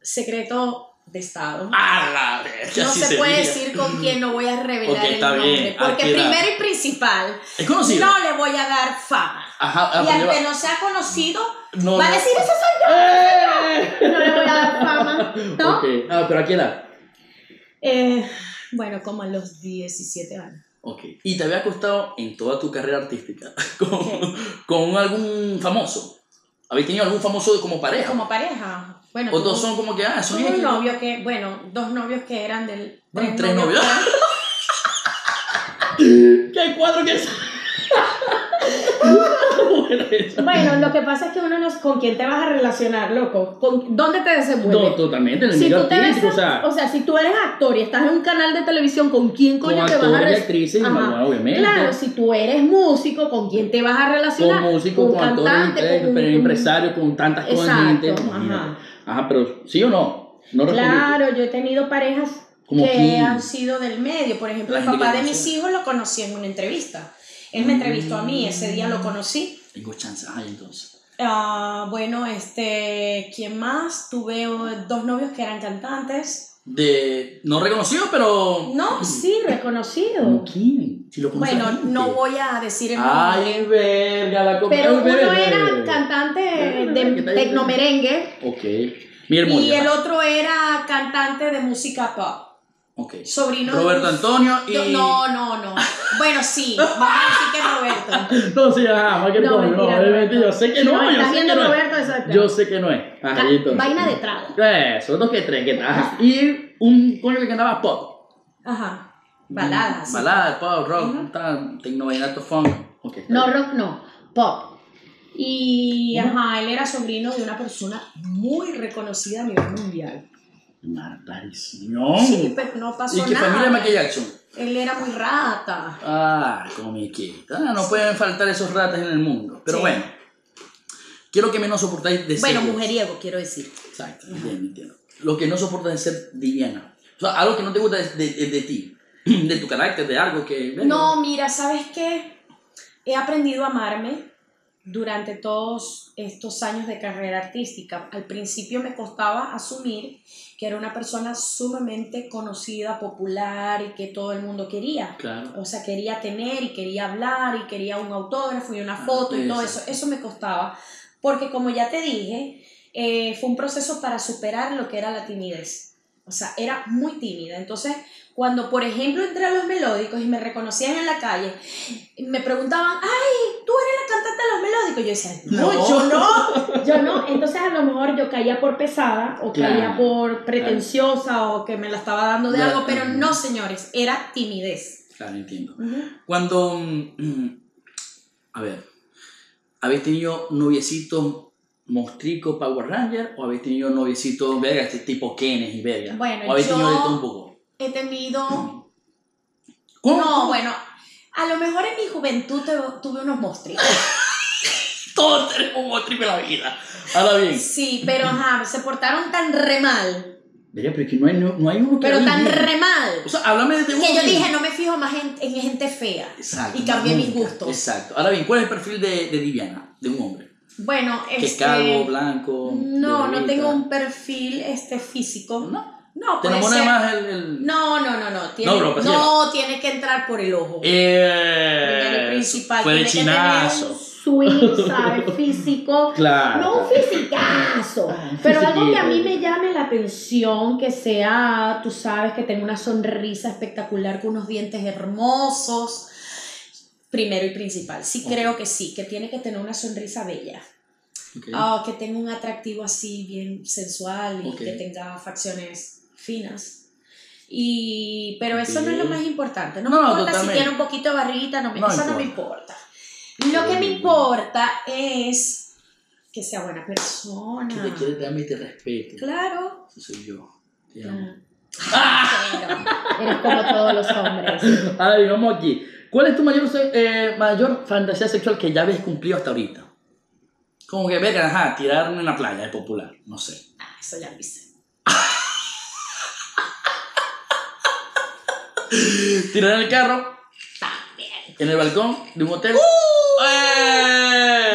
Speaker 2: secreto de Estado.
Speaker 1: A la verga,
Speaker 2: No
Speaker 1: Ah, sí
Speaker 2: se, puede
Speaker 1: diría.
Speaker 2: decir con quién, no voy a revelar
Speaker 1: Ok,
Speaker 2: el
Speaker 1: está
Speaker 2: nombre.
Speaker 1: bien, ¿a
Speaker 2: Porque
Speaker 1: qué edad?
Speaker 2: primero y principal,
Speaker 1: Es conocido.
Speaker 2: no le voy a dar fama.
Speaker 1: Ajá, ah,
Speaker 2: y
Speaker 1: pero
Speaker 2: al
Speaker 1: lleva-
Speaker 2: que no sea conocido,
Speaker 1: no,
Speaker 2: va a
Speaker 1: no.
Speaker 2: decir eso soy
Speaker 1: ¡Eh!
Speaker 4: No le voy a dar fama. ¿No?
Speaker 1: Ok, ah, pero ¿a qué edad?
Speaker 2: Eh, bueno, como a los 17 años.
Speaker 1: Ok. ¿Y te había acostado en toda tu carrera artística con, con algún famoso? ¿Habéis tenido algún famoso como pareja?
Speaker 2: Como pareja. Bueno,
Speaker 1: ¿O
Speaker 2: tuve-
Speaker 1: todos son como que, ah, son
Speaker 2: tuve un
Speaker 1: X?
Speaker 2: novio que, bueno, dos novios que eran del.
Speaker 1: Bueno, tres novios. ¿Qué cuadro que es? Bueno, eso.
Speaker 4: Bueno, lo que pasa es que uno no con quién te vas a relacionar, loco. ¿Con, ¿Dónde te desenvuelves?
Speaker 1: No, totalmente, en el
Speaker 4: si
Speaker 1: medio
Speaker 4: tú te ves,
Speaker 1: artístico, o sea,
Speaker 4: o sea, si tú eres actor y estás en un canal de televisión, ¿con quién
Speaker 1: con
Speaker 4: coño te vas a
Speaker 1: actores y
Speaker 4: relacionar?
Speaker 1: actrices, y
Speaker 4: Ajá.
Speaker 1: bueno, obviamente.
Speaker 4: Claro, si tú eres músico, ¿con quién te vas a relacionar?
Speaker 1: con músicos, con
Speaker 4: cantante,
Speaker 1: actores,
Speaker 4: con
Speaker 1: con
Speaker 4: un-
Speaker 1: empresarios, con tantas cosas.
Speaker 4: Exacto,
Speaker 1: gente,
Speaker 4: ajá.
Speaker 1: imagínate. Ajá, pero ¿sí o no? No respondiste.
Speaker 4: Claro, yo he tenido parejas.
Speaker 1: Como
Speaker 2: que
Speaker 1: quién.
Speaker 2: han sido del medio. Por ejemplo,
Speaker 1: La
Speaker 2: el
Speaker 1: gente que
Speaker 2: papá de
Speaker 1: conoce.
Speaker 2: mis hijos lo conocí en una entrevista. Él me entrevistó a mí, ese día lo conocí.
Speaker 1: Tengo chance. Ay, entonces.
Speaker 2: Ah, bueno, este, ¿quién más? Tuve eh, dos novios que eran cantantes.
Speaker 1: De, no reconocido, pero...
Speaker 2: No,
Speaker 4: Sí, reconocido.
Speaker 1: ¿Con quién? Si lo conoce la
Speaker 2: Bueno,
Speaker 1: gente.
Speaker 2: no voy a decir el nombre.
Speaker 1: Ay, verga, la copa.
Speaker 4: Pero
Speaker 1: Ah, Ay,
Speaker 4: uno
Speaker 1: verga.
Speaker 4: era cantante de tecnomerengue.
Speaker 1: Ok. Mi hermosa.
Speaker 2: Y el otro era cantante de música pop.
Speaker 1: Ok.
Speaker 2: Sobrino de
Speaker 1: Roberto
Speaker 2: un-
Speaker 1: Antonio y.
Speaker 2: Yo- No, no, no. Bueno, sí, vamos a decir que es Roberto.
Speaker 1: No, sí, ajá, más que
Speaker 4: No,
Speaker 1: no, no,
Speaker 4: mentira,
Speaker 1: obviamente
Speaker 4: Roberto.
Speaker 1: yo sé que no,
Speaker 4: No,
Speaker 1: yo
Speaker 4: estás
Speaker 1: sé que
Speaker 4: viendo
Speaker 1: no
Speaker 4: Roberto, exacto.
Speaker 1: es. Yo sé que no es. Ajá, y entonces.
Speaker 4: Vaina de trago.
Speaker 1: Eso, dos que tres, que tal. Ajá. Y un coño que cantaba pop.
Speaker 2: Ajá. Baladas. sí.
Speaker 1: Baladas, pop, rock,
Speaker 2: Ujú.
Speaker 1: tal, tecnovallenato, funk. Ok. está
Speaker 4: No,
Speaker 1: bien.
Speaker 4: rock no. Pop.
Speaker 2: Y ajá, él era sobrino de una persona muy reconocida a nivel mundial.
Speaker 1: Maldición.
Speaker 2: Sí, pero no pasó
Speaker 1: Oh. ¿Y qué
Speaker 2: nada.
Speaker 1: familia de Michael Jackson?
Speaker 2: Él era muy rata.
Speaker 1: Ah, comiquita. Ah, no pueden faltar esos ratas en el mundo. Pero
Speaker 2: Sí.
Speaker 1: bueno, quiero que menos soportáis de ser.
Speaker 2: Bueno,
Speaker 1: yo.
Speaker 2: mujeriego, quiero decir.
Speaker 1: Exacto, entiendo, entiendo. Lo que no soportas de ser Diana. O sea, algo que no te gusta de, de- de ti, de tu carácter, de algo que...
Speaker 2: No, mira, ¿sabes qué? He aprendido a amarme durante todos estos años de carrera artística. Al principio me costaba asumir que era una persona sumamente conocida, popular y que todo el mundo quería.
Speaker 1: Claro.
Speaker 2: O sea, quería tener y quería hablar y quería un autógrafo y una
Speaker 1: Ah,
Speaker 2: foto y todo eso.
Speaker 1: exacto.
Speaker 2: Eso me costaba. Porque como ya te dije, eh, fue un proceso para superar lo que era la timidez. O sea, era muy tímida. Entonces, cuando por ejemplo entré a los melódicos y me reconocían en la calle, me preguntaban, ay, tú eres la cantante de los melódicos. Yo decía, no,
Speaker 1: No.
Speaker 2: yo no.
Speaker 4: Yo no, entonces a lo mejor yo caía por pesada o
Speaker 1: Claro.
Speaker 4: caía por pretenciosa o que me la estaba dando de
Speaker 1: Ya,
Speaker 4: algo, pero
Speaker 1: ujú.
Speaker 4: no.
Speaker 2: No, señores, era timidez.
Speaker 1: Claro, entiendo. Cuando... mm, a ver, ¿habéis tenido noviecitos mostricos Power Ranger o habéis tenido noviecitos, verga, este tipo Kenes y verga?
Speaker 2: Bueno,
Speaker 1: ¿O habéis tenido de
Speaker 2: yo-
Speaker 1: todo un poco?
Speaker 2: He tenido...
Speaker 1: ¿Cómo?
Speaker 2: No, bueno, a lo mejor en mi juventud te- tuve unos monstruos.
Speaker 1: Todos tenemos mostricos en la vida. Ahora bien.
Speaker 2: Sí, pero ajá, se portaron tan re mal,
Speaker 1: Verga, pero es que no hay, no, no hay uno que
Speaker 2: pero
Speaker 1: hable
Speaker 2: tan
Speaker 1: bien.
Speaker 2: re mal,
Speaker 1: O sea, háblame de
Speaker 2: que yo dije, no me fijo más en, en gente fea.
Speaker 1: Exacto.
Speaker 2: y cambié mis
Speaker 1: nunca.
Speaker 2: gustos.
Speaker 1: Exacto. Ahora bien, ¿cuál es el perfil de, de Diviana? De un hombre.
Speaker 2: Bueno,
Speaker 1: Que es
Speaker 2: este...
Speaker 1: calvo, blanco.
Speaker 2: No, no
Speaker 1: delgadita.
Speaker 2: tengo un perfil este, físico.
Speaker 1: No.
Speaker 2: No,
Speaker 1: Te
Speaker 2: puede
Speaker 1: enamora
Speaker 2: ser-
Speaker 1: más el. el...
Speaker 2: No, no, no, no. Tiene,
Speaker 1: No, bro, pero
Speaker 2: no, tiene que entrar por el ojo.
Speaker 1: Eh,
Speaker 2: El principal,
Speaker 1: Fue de
Speaker 2: tiene que tener
Speaker 1: chinazo.
Speaker 4: Suiza, físico.
Speaker 1: Claro.
Speaker 4: No un fisicazo, pero algo que a mí
Speaker 1: fisiquito.
Speaker 4: me llame la atención, que sea, tú sabes, que tenga una sonrisa espectacular con unos dientes hermosos.
Speaker 2: Primero y principal. Sí
Speaker 1: Ok.
Speaker 2: creo que sí, que tiene que tener una sonrisa bella.
Speaker 1: Ok.
Speaker 2: Ah, que tenga un atractivo así bien sensual y
Speaker 1: Ok.
Speaker 2: que tenga facciones finas. Y, pero eso no es lo
Speaker 1: Ok.
Speaker 2: más importante. No,
Speaker 1: No,
Speaker 2: me importa
Speaker 1: totalmente.
Speaker 2: si tiene un poquito de barriguita, no me,
Speaker 1: No
Speaker 2: eso no me importa. Lo que me importa es que sea buena
Speaker 1: Que te
Speaker 2: persona.
Speaker 1: quiere darme y te respete.
Speaker 2: Claro.
Speaker 1: Eso soy yo. Te amo.
Speaker 2: Pero-
Speaker 1: Ah.
Speaker 4: Eres como todos los hombres.
Speaker 1: Ahora bien, vamos aquí. ¿Cuál es tu mayor, se- eh, mayor fantasía sexual que ya habéis cumplido hasta ahorita? Como que, verga, ajá, tirarme en la playa, es popular. No sé.
Speaker 2: Ah, eso ya lo hice.
Speaker 1: Tirar en el carro. En el balcón de un hotel.
Speaker 2: ¡Uh!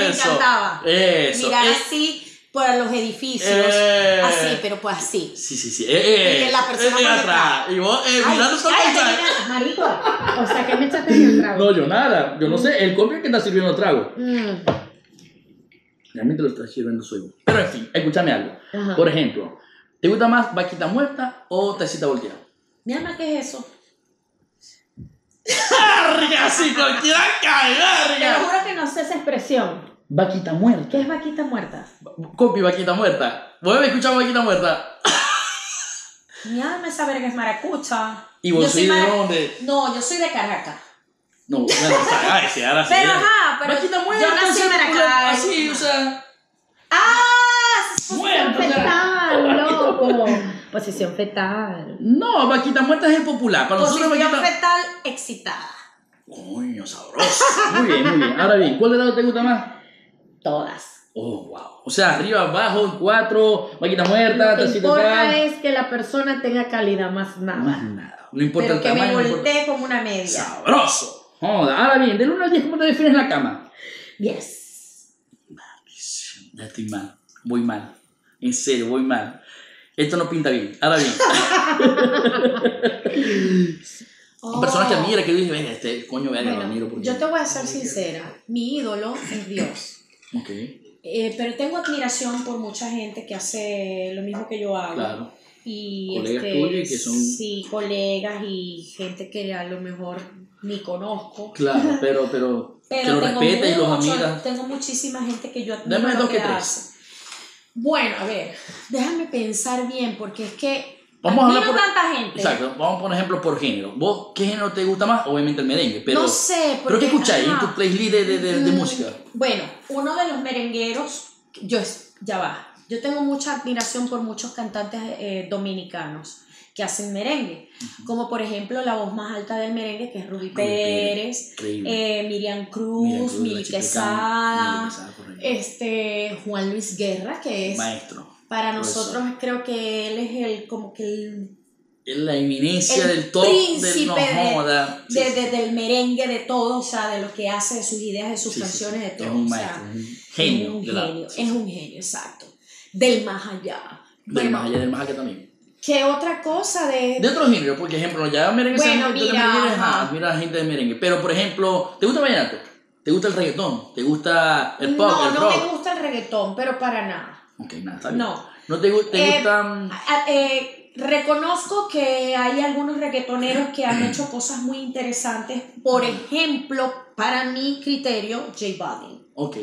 Speaker 2: Me
Speaker 1: Eso.
Speaker 2: encantaba.
Speaker 1: Eso.
Speaker 2: Mirar
Speaker 1: Es-
Speaker 2: así por los edificios.
Speaker 1: Eh.
Speaker 2: Así, pero pues así.
Speaker 1: Sí, sí, sí. Eh, eh,
Speaker 2: Y que la persona
Speaker 1: eh, eh,
Speaker 2: por
Speaker 1: atrás. Y vos eh, mirando esa
Speaker 2: ay,
Speaker 1: cosa.
Speaker 4: Marico, o sea que me echaste en el trago.
Speaker 1: No, yo nada. Yo no sé. El copio que está sirviendo trago.
Speaker 4: Mm,
Speaker 1: Realmente lo está sirviendo soy yo. Pero en fin, escúchame algo.
Speaker 4: ajá.
Speaker 1: Por ejemplo, ¿te gusta más vaquita muerta o tacita volteada?
Speaker 2: Mi alma, ¿qué es eso?
Speaker 1: ¡Verga! Si cualquiera cae,
Speaker 4: Te lo
Speaker 1: verga.
Speaker 4: juro que no sé esa expresión.
Speaker 1: Vaquita muerta.
Speaker 4: ¿Qué es vaquita muerta?
Speaker 1: Copy, vaquita muerta. Vos habéis escuchado vaquita muerta.
Speaker 2: Mi alma, esa verga es maracucha.
Speaker 1: ¿Y vos
Speaker 2: Yo soy
Speaker 1: soy de
Speaker 2: mara-
Speaker 1: dónde?
Speaker 2: No, yo soy de Caracas.
Speaker 1: No, bueno, o sea, ay, sí, ahora sí.
Speaker 2: Pero ajá, pero
Speaker 1: Vaquita
Speaker 2: yo
Speaker 1: muerta,
Speaker 2: nací en
Speaker 1: así,
Speaker 2: Maracay.
Speaker 1: Así, o sea.
Speaker 2: ¡Ah!
Speaker 1: Muerta, o sea.
Speaker 4: Fetal, loco. Posición fetal.
Speaker 1: No, vaquita muerta es el popular. Para nosotros,
Speaker 2: Posición
Speaker 1: vaquita.
Speaker 2: fetal excitada.
Speaker 1: Coño, sabroso. Muy bien, muy bien. Ahora bien, ¿cuál de lado te gusta más?
Speaker 4: Todas.
Speaker 1: Oh, wow. O sea, arriba, abajo, cuatro, vaquita muerta,
Speaker 4: Lo que
Speaker 1: tacita
Speaker 4: importa
Speaker 1: atrás.
Speaker 4: es que la persona tenga calidad, más
Speaker 1: Más
Speaker 4: nada.
Speaker 1: nada. No importa
Speaker 2: Pero
Speaker 1: el
Speaker 2: que me
Speaker 1: tamaño. no importa-
Speaker 2: volteé como una media.
Speaker 1: Sabroso. Joda. Ahora bien, del 1 al 10, ¿cómo te defines en la cama?
Speaker 4: Yes.
Speaker 1: Ya estoy mal. Voy mal. En serio, voy mal. Esto no pinta bien. Ahora bien.
Speaker 2: Oh.
Speaker 1: Personas que admira, que dije, venga, este coño, verga, lo
Speaker 2: Bueno,
Speaker 1: admiro porque.
Speaker 2: yo te voy a ser sincera. Mi ídolo es Dios.
Speaker 1: Ok,
Speaker 2: Eh, pero tengo admiración por mucha gente que hace lo mismo que yo hago.
Speaker 1: claro.
Speaker 2: Y
Speaker 1: Colegas
Speaker 2: este,
Speaker 1: tuyos y que son-
Speaker 2: Sí, colegas y gente que a lo mejor ni conozco.
Speaker 1: Claro, pero, pero, que lo
Speaker 2: tengo
Speaker 1: respeta y los
Speaker 2: mucho-
Speaker 1: admira.
Speaker 2: Tengo muchísima gente que yo admiro.
Speaker 1: Dame
Speaker 2: lo
Speaker 1: dos que
Speaker 2: que
Speaker 1: tres.
Speaker 2: hace. Bueno, a ver, déjame pensar bien, porque es que.
Speaker 1: Vamos a hablar
Speaker 2: admiro
Speaker 1: por-
Speaker 2: tanta gente.
Speaker 1: Exacto, vamos por ejemplo por género. ¿Vos qué género te gusta más? Obviamente el merengue, pero.
Speaker 2: no sé.
Speaker 1: ¿Pero qué
Speaker 2: porque-
Speaker 1: escucháis en
Speaker 2: ajá.
Speaker 1: tu playlist de, de, de, de
Speaker 2: Mm,
Speaker 1: música?
Speaker 2: Bueno, uno de los merengueros, yo es- ya va. Yo tengo mucha admiración por muchos cantantes eh, dominicanos que hacen merengue, como por ejemplo la voz más alta del merengue que es Ruby, Pérez,
Speaker 1: Increíble.
Speaker 2: eh, Miriam
Speaker 1: Mira,
Speaker 2: Cruz,
Speaker 1: Cruz, la
Speaker 2: Miri
Speaker 1: chica Cana, Miri
Speaker 2: Quesada,
Speaker 1: Quesada, correcto.
Speaker 2: este Juan Luis Guerra que es
Speaker 1: Maestro.
Speaker 2: para
Speaker 1: profesor.
Speaker 2: nosotros creo que él es el como que el
Speaker 1: la eminencia
Speaker 2: El
Speaker 1: del top del no
Speaker 2: príncipe de-
Speaker 1: joda. Sí,
Speaker 2: de-
Speaker 1: sí,
Speaker 2: de- del merengue, de todo, o sea, de lo que hace, de sus ideas, de sus
Speaker 1: sí, sí, sí.
Speaker 2: canciones, de todo.
Speaker 1: Es un
Speaker 2: o sea,
Speaker 1: maestro, es un
Speaker 2: Es
Speaker 1: genio
Speaker 2: un
Speaker 1: de la-
Speaker 2: genio, es un genio, exacto. Del más allá.
Speaker 1: Del
Speaker 2: Bueno,
Speaker 1: más allá del más acá también.
Speaker 2: ¿Qué otra cosa de...?
Speaker 1: De otros géneros, por ejemplo, ya merengue
Speaker 2: Bueno,
Speaker 1: se- tú te
Speaker 2: mira,
Speaker 1: merengues,
Speaker 2: ajá.
Speaker 1: ah, mira gente de merengue. Pero, por ejemplo, ¿te gusta el vallenato? ¿Te gusta el reggaetón? ¿Te gusta el pop,
Speaker 2: no,
Speaker 1: el
Speaker 2: no
Speaker 1: rock?
Speaker 2: me gusta el reggaetón, pero para nada.
Speaker 1: Ok, nada, está bien.
Speaker 2: No.
Speaker 1: ¿No te, mm, gu- te
Speaker 2: Eh,
Speaker 1: gustan...?
Speaker 2: A- a- eh, reconozco que hay algunos reggaetoneros que han hecho cosas muy interesantes. Por ejemplo, para mi criterio, J Balvin,
Speaker 1: Ok.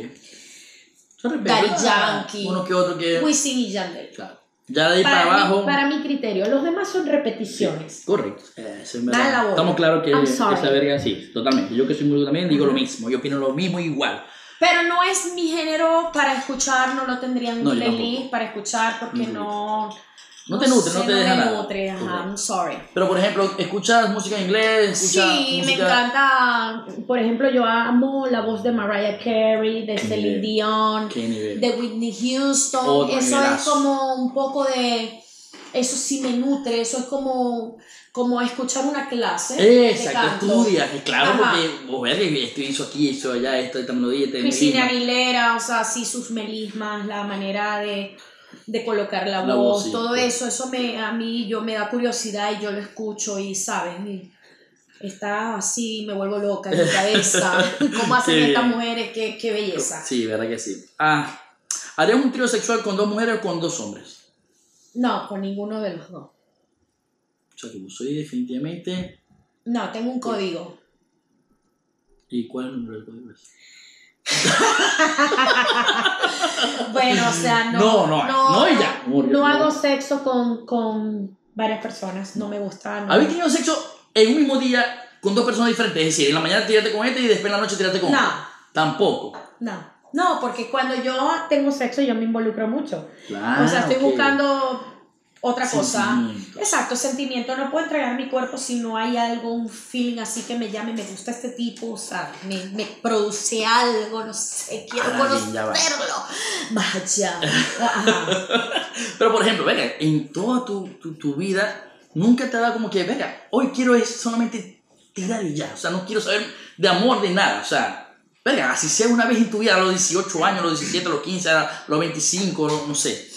Speaker 1: Yo respeto
Speaker 2: Daddy
Speaker 1: a-
Speaker 2: Yankee.
Speaker 1: Uno que otro que...
Speaker 2: Wisin y Yandel.
Speaker 1: Claro. Ya de Eh, ahí para,
Speaker 2: mí-
Speaker 1: abajo...
Speaker 2: para mi criterio, los demás son repeticiones.
Speaker 1: Correcto. Eh, eso es
Speaker 2: Dale
Speaker 1: verdad.
Speaker 2: la bola.
Speaker 1: Estamos claros que
Speaker 2: I'm sorry.
Speaker 1: esa verga sí, totalmente. Yo que soy músico también digo lo mismo, yo opino lo mismo igual.
Speaker 2: Pero no es mi género para escuchar, no lo tendría en
Speaker 1: No, yo
Speaker 2: playlist
Speaker 1: tampoco.
Speaker 2: para escuchar porque
Speaker 1: Mm.
Speaker 2: no.
Speaker 1: No te nutre, no
Speaker 2: sé,
Speaker 1: te deja
Speaker 2: me
Speaker 1: nada.
Speaker 2: nutre, ajá,
Speaker 1: Correcto.
Speaker 2: I'm sorry.
Speaker 1: Pero por ejemplo, ¿escuchas música en inglés? ¿Escuchas
Speaker 2: Sí, me
Speaker 1: música-
Speaker 2: encanta. Por ejemplo, yo amo la voz de Mariah Carey, de
Speaker 1: Qué
Speaker 2: Celine
Speaker 1: nivel.
Speaker 2: Dion,
Speaker 1: ¿Qué nivel?
Speaker 2: de Whitney Houston.
Speaker 1: Otro
Speaker 2: eso es
Speaker 1: nivelazo.
Speaker 2: como un poco de. Eso sí me nutre, eso es como, como escuchar una clase. de
Speaker 1: Exacto,
Speaker 2: canto.
Speaker 1: estudias, y claro,
Speaker 2: Ajá.
Speaker 1: porque oh, vos ves que esto hizo aquí, hizo allá, esto, esta melodía, este
Speaker 2: Cristina
Speaker 1: ritmo.
Speaker 2: Aguilera, o sea, sí, sus melismas, la manera de, de colocar la,
Speaker 1: La
Speaker 2: voz,
Speaker 1: voz, sí, pues.
Speaker 2: todo
Speaker 1: claro.
Speaker 2: eso, eso me, a mí yo me da curiosidad y yo lo escucho y, ¿sabes? Y está así, me vuelvo loca en mi cabeza. ¿Cómo hacen
Speaker 1: Qué
Speaker 2: estas
Speaker 1: bien.
Speaker 2: mujeres? Qué, qué belleza.
Speaker 1: Sí, verdad que sí. Ah, ¿harías un trío sexual con dos mujeres o con dos hombres?
Speaker 2: No, con ninguno de los dos.
Speaker 1: O sea, que vos soy definitivamente...
Speaker 2: No, tengo un código.
Speaker 1: ¿Y cuál es el número del código?
Speaker 2: Bueno, o sea, no.
Speaker 1: No, no, no, y ya.
Speaker 2: no hago sexo con, con varias personas, no me gusta. no.
Speaker 1: ¿Habéis tenido sexo en un mismo día con dos personas diferentes? Es decir, en la mañana tirarte con este y después en la noche tirarte con
Speaker 2: No.
Speaker 1: otro. Tampoco.
Speaker 2: No, no, porque cuando yo tengo sexo yo me involucro mucho.
Speaker 1: Claro.
Speaker 2: o sea, estoy
Speaker 1: Ah, ok.
Speaker 2: buscando otra cosa.
Speaker 1: Sentimiento.
Speaker 2: Exacto, sentimiento. No puedo entregar mi cuerpo si no hay algo, un feeling así que me llame, me gusta este tipo, o sea, me, me produce algo, no sé, quiero
Speaker 1: Ahora bien, Ah, ya va.
Speaker 2: conocerlo. Vaya. Ajá.
Speaker 1: Pero por ejemplo, venga, en toda tu, tu, tu vida nunca te ha dado como que, venga, hoy quiero es solamente tirar y ya. O sea, no quiero saber de amor de nada. O sea, venga, así sea una vez en tu vida, a los 18 años, a los 17, a los 15, a los 25, no- no sé.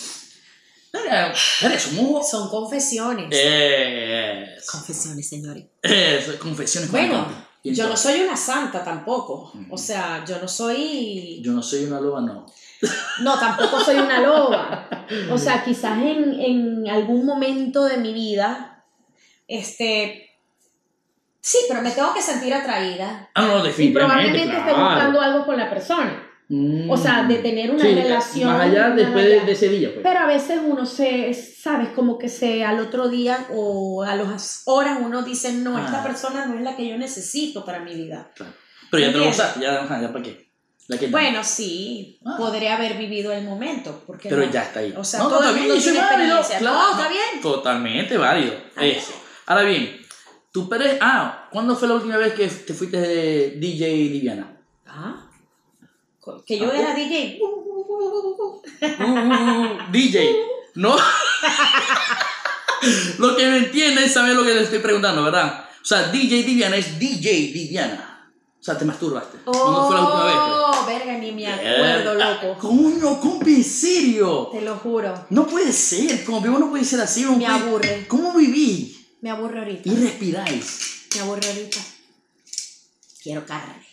Speaker 1: Venga, venga, somos...
Speaker 2: Son confesiones.
Speaker 1: Eh,
Speaker 2: Confesiones, señores.
Speaker 1: eh, confesiones con
Speaker 2: Bueno,
Speaker 1: Campi. Y
Speaker 2: yo no
Speaker 1: entonces-
Speaker 2: soy una santa tampoco.
Speaker 1: Ujú.
Speaker 2: O sea, yo no soy.
Speaker 1: Yo no soy una loba, no.
Speaker 2: No, tampoco soy una loba. O sea, quizás en, en algún momento de mi vida, este, sí, pero me tengo que sentir atraída.
Speaker 1: Ah, no,
Speaker 2: Y
Speaker 1: definitivamente.
Speaker 2: probablemente esté
Speaker 1: claro. Mm.
Speaker 2: buscando algo con la persona. O sea, de tener una
Speaker 1: Sí, eh,
Speaker 2: relación.
Speaker 1: Más allá
Speaker 2: más
Speaker 1: después de-
Speaker 2: allá.
Speaker 1: De, ese día, pues.
Speaker 2: Pero a veces uno se, sabes, como que se al otro día o a las horas uno dice, no, esta
Speaker 1: Ah.
Speaker 2: persona no es la que yo necesito para mi vida.
Speaker 1: Pero ya te lo
Speaker 2: Entiendo.
Speaker 1: usaste, ya, ajá, ya para qué. La que-
Speaker 2: Bueno, sí,
Speaker 1: Ah.
Speaker 2: podría haber vivido el momento. Porque
Speaker 1: Pero
Speaker 2: no?
Speaker 1: ya está ahí.
Speaker 2: O sea,
Speaker 1: no,
Speaker 2: todo
Speaker 1: no,
Speaker 2: el
Speaker 1: está bien,
Speaker 2: mundo
Speaker 1: eso es
Speaker 2: tiene
Speaker 1: válido.
Speaker 2: experiencia.
Speaker 1: claro,
Speaker 2: No, está bien. Ah,
Speaker 1: Totalmente válido. Eso. Ahora bien, tu Pérez. Ah, ¿cuándo fue la última vez que te fuiste de DJ Diviana?
Speaker 2: Ah, co- que
Speaker 1: Ah,
Speaker 2: yo
Speaker 1: oh.
Speaker 2: era DJ.
Speaker 1: Uh, uh, uh, DJ. No. lo que me entiende es saber lo que le estoy preguntando, ¿verdad? O sea, DJ Diviana es DJ Diviana. O sea, te masturbaste. ¿Cuándo fue la última vez? pues?
Speaker 2: Oh, verga, ni me acuerdo,
Speaker 1: Verga.
Speaker 2: loco.
Speaker 1: Coño, compi, en serio.
Speaker 2: Te lo juro.
Speaker 1: No puede ser, compi, vos no puede ser así.
Speaker 2: Me
Speaker 1: compi.
Speaker 2: aburre.
Speaker 1: ¿Cómo vivís
Speaker 2: Me aburre ahorita.
Speaker 1: y respiráis?
Speaker 2: Me aburre ahorita. Quiero carne.